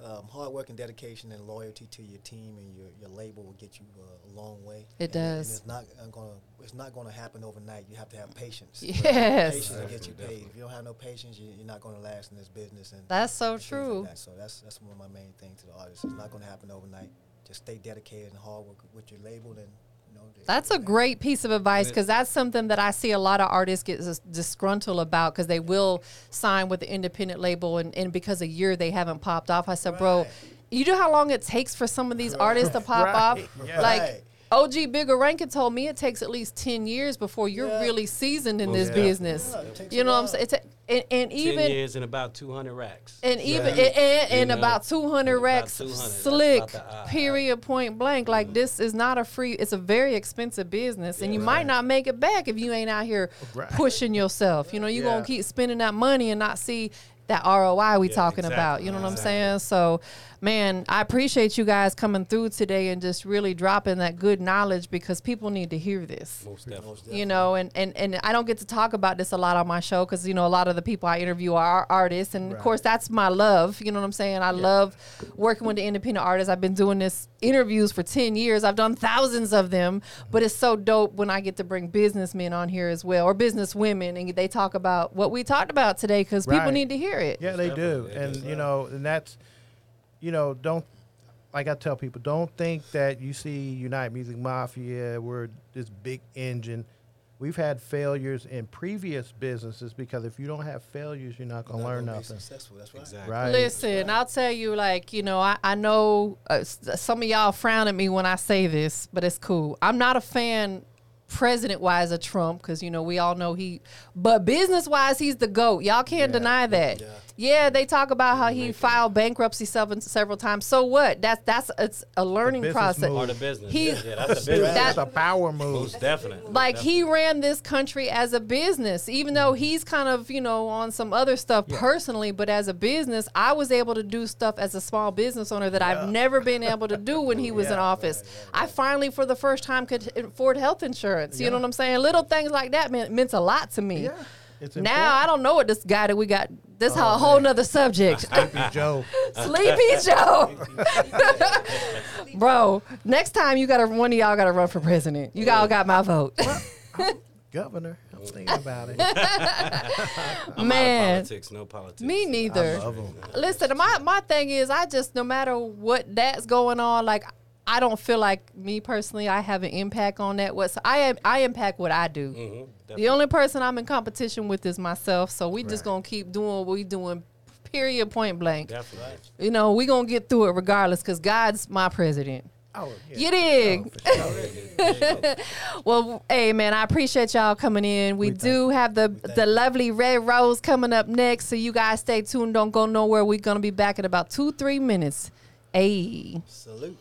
Speaker 4: um, hard work and dedication and loyalty to your team and your, your label will get you uh, a long way.
Speaker 1: It
Speaker 4: And- and
Speaker 1: does.
Speaker 4: it's not uh, gonna it's not gonna happen overnight. You have to have patience.
Speaker 1: Yes.
Speaker 4: Patience will get you
Speaker 2: Definitely,
Speaker 4: paid. If you don't have no patience, you, you're not gonna last in this business. And
Speaker 1: That's so
Speaker 4: and things like
Speaker 1: true.
Speaker 4: that. So that's that's one of my main things to the artists. It's not gonna happen overnight. Just stay dedicated and hard work with your label and you know. the-
Speaker 1: That's a great piece of advice because that's something that I see a lot of artists get dis- disgruntled about because they will sign with the independent label and, and because a year they haven't popped off. I said, bro,
Speaker 4: Right.
Speaker 1: you know how long it takes for some of these artists to pop
Speaker 3: Right.
Speaker 1: off?
Speaker 4: Yeah.
Speaker 1: Like,
Speaker 4: Right.
Speaker 1: OG Bigger Rankin told me it takes at least 10 years before you're
Speaker 4: Yeah.
Speaker 1: really seasoned in this
Speaker 2: yeah.
Speaker 1: business.
Speaker 4: Yeah, it takes
Speaker 1: you
Speaker 4: a
Speaker 1: know what I'm
Speaker 4: while.
Speaker 1: saying? It's a- and, and
Speaker 2: Ten
Speaker 1: even.
Speaker 2: years and about 200 racks.
Speaker 1: And even
Speaker 2: Yeah.
Speaker 1: and, and,
Speaker 2: You
Speaker 1: and
Speaker 2: know,
Speaker 1: about two hundred
Speaker 2: about
Speaker 1: racks,
Speaker 2: 200, that's
Speaker 1: slick,
Speaker 2: about the uh, Mm-hmm. eye.
Speaker 1: period, point blank. Like this is not a free. It's a very expensive business, and you might not make it back if you ain't out here
Speaker 3: Right.
Speaker 1: pushing yourself. You know, you are gonna
Speaker 3: Yeah.
Speaker 1: keep spending that money and not see that ROI we
Speaker 2: Yeah,
Speaker 1: talking about.
Speaker 2: exactly,
Speaker 1: You know what I'm
Speaker 2: exactly.
Speaker 1: saying? So, man, I appreciate you guys coming through today and just really dropping that good knowledge because people need to hear this
Speaker 2: Most definitely.
Speaker 4: Most
Speaker 1: you know and, and and i don't get to talk about this a lot on my show because you know a lot of the people i interview are artists and of
Speaker 3: Right.
Speaker 1: course that's my love you know what i'm saying i love working with the independent artists i've been doing this interviews for 10 years i've done thousands of them but it's so dope when i get to bring businessmen on here as well or business women and they talk about what we talked about today because people
Speaker 3: Right.
Speaker 1: need to hear it
Speaker 3: Yeah, they do.
Speaker 2: Definitely,
Speaker 3: And
Speaker 2: yes.
Speaker 3: you know, and that's you know, don't like I tell people, don't think that you see United Music Mafia, we're this big engine. We've had failures in previous businesses because if you don't have failures, you're not gonna
Speaker 4: Not
Speaker 3: learn
Speaker 4: gonna be
Speaker 3: nothing.
Speaker 4: Successful. That's right.
Speaker 2: Exactly.
Speaker 3: Right.
Speaker 1: Listen, I'll tell you, like, you know, I, I know uh, s- some of y'all frown at me when I say this, but it's cool. I'm not a fan president wise of Trump because, you know, we all know he, but business wise, he's the GOAT. Y'all can't deny that. Yeah.
Speaker 4: Yeah.
Speaker 1: they talk about how he filed bankruptcy seven, several times. So what? That's, that's, it's a learning
Speaker 3: business
Speaker 1: process.
Speaker 3: move.
Speaker 2: Part of business.
Speaker 1: He-
Speaker 2: yeah, yeah, that's a
Speaker 1: That-
Speaker 2: business.
Speaker 3: That's a power move.
Speaker 2: Most definitely.
Speaker 1: Like he ran this country as a business, even though
Speaker 3: Mm-hmm.
Speaker 1: he's kind of you know on some other stuff personally, but as a business, I was able to do stuff as a small business owner that I've never been able to do when he was in
Speaker 3: Yeah.
Speaker 1: office. I finally, for the first time, could afford health insurance. You know what I'm saying? Little things like that meant meant a lot to me.
Speaker 3: Yeah. It's Oh,
Speaker 1: Now I don't know what this guy that we got. This a whole nother subject.
Speaker 3: I Joe.
Speaker 1: Sleepy Joe. Bro, next time you gotta one of y'all gotta run for president. You all got my vote.
Speaker 3: Governor. I'm thinking about it.
Speaker 2: I'm out of
Speaker 1: Man.
Speaker 2: politics. No politics.
Speaker 1: Me neither.
Speaker 3: Love 'em.
Speaker 1: Listen, my, my thing is, I just, no matter what that's going on, like, I don't feel like me personally, I have an impact on that. What's I am, I impact what I do.
Speaker 3: Mm-hmm.
Speaker 2: Mhm,
Speaker 1: The
Speaker 2: definitely.
Speaker 1: only person I'm in competition with is myself. So we just gonna keep doing what we doing. Period. Point blank.
Speaker 2: Definitely.
Speaker 1: You know, we gonna get through it regardless, cause God's my president.
Speaker 3: Oh,
Speaker 1: You dig?
Speaker 2: Yeah,
Speaker 1: Well, hey man, I appreciate y'all coming in. We, do have the the lovely Red Rose coming up next, so you guys stay tuned. Don't go nowhere. We're gonna be back in about two three minutes. Hey.
Speaker 4: Salute.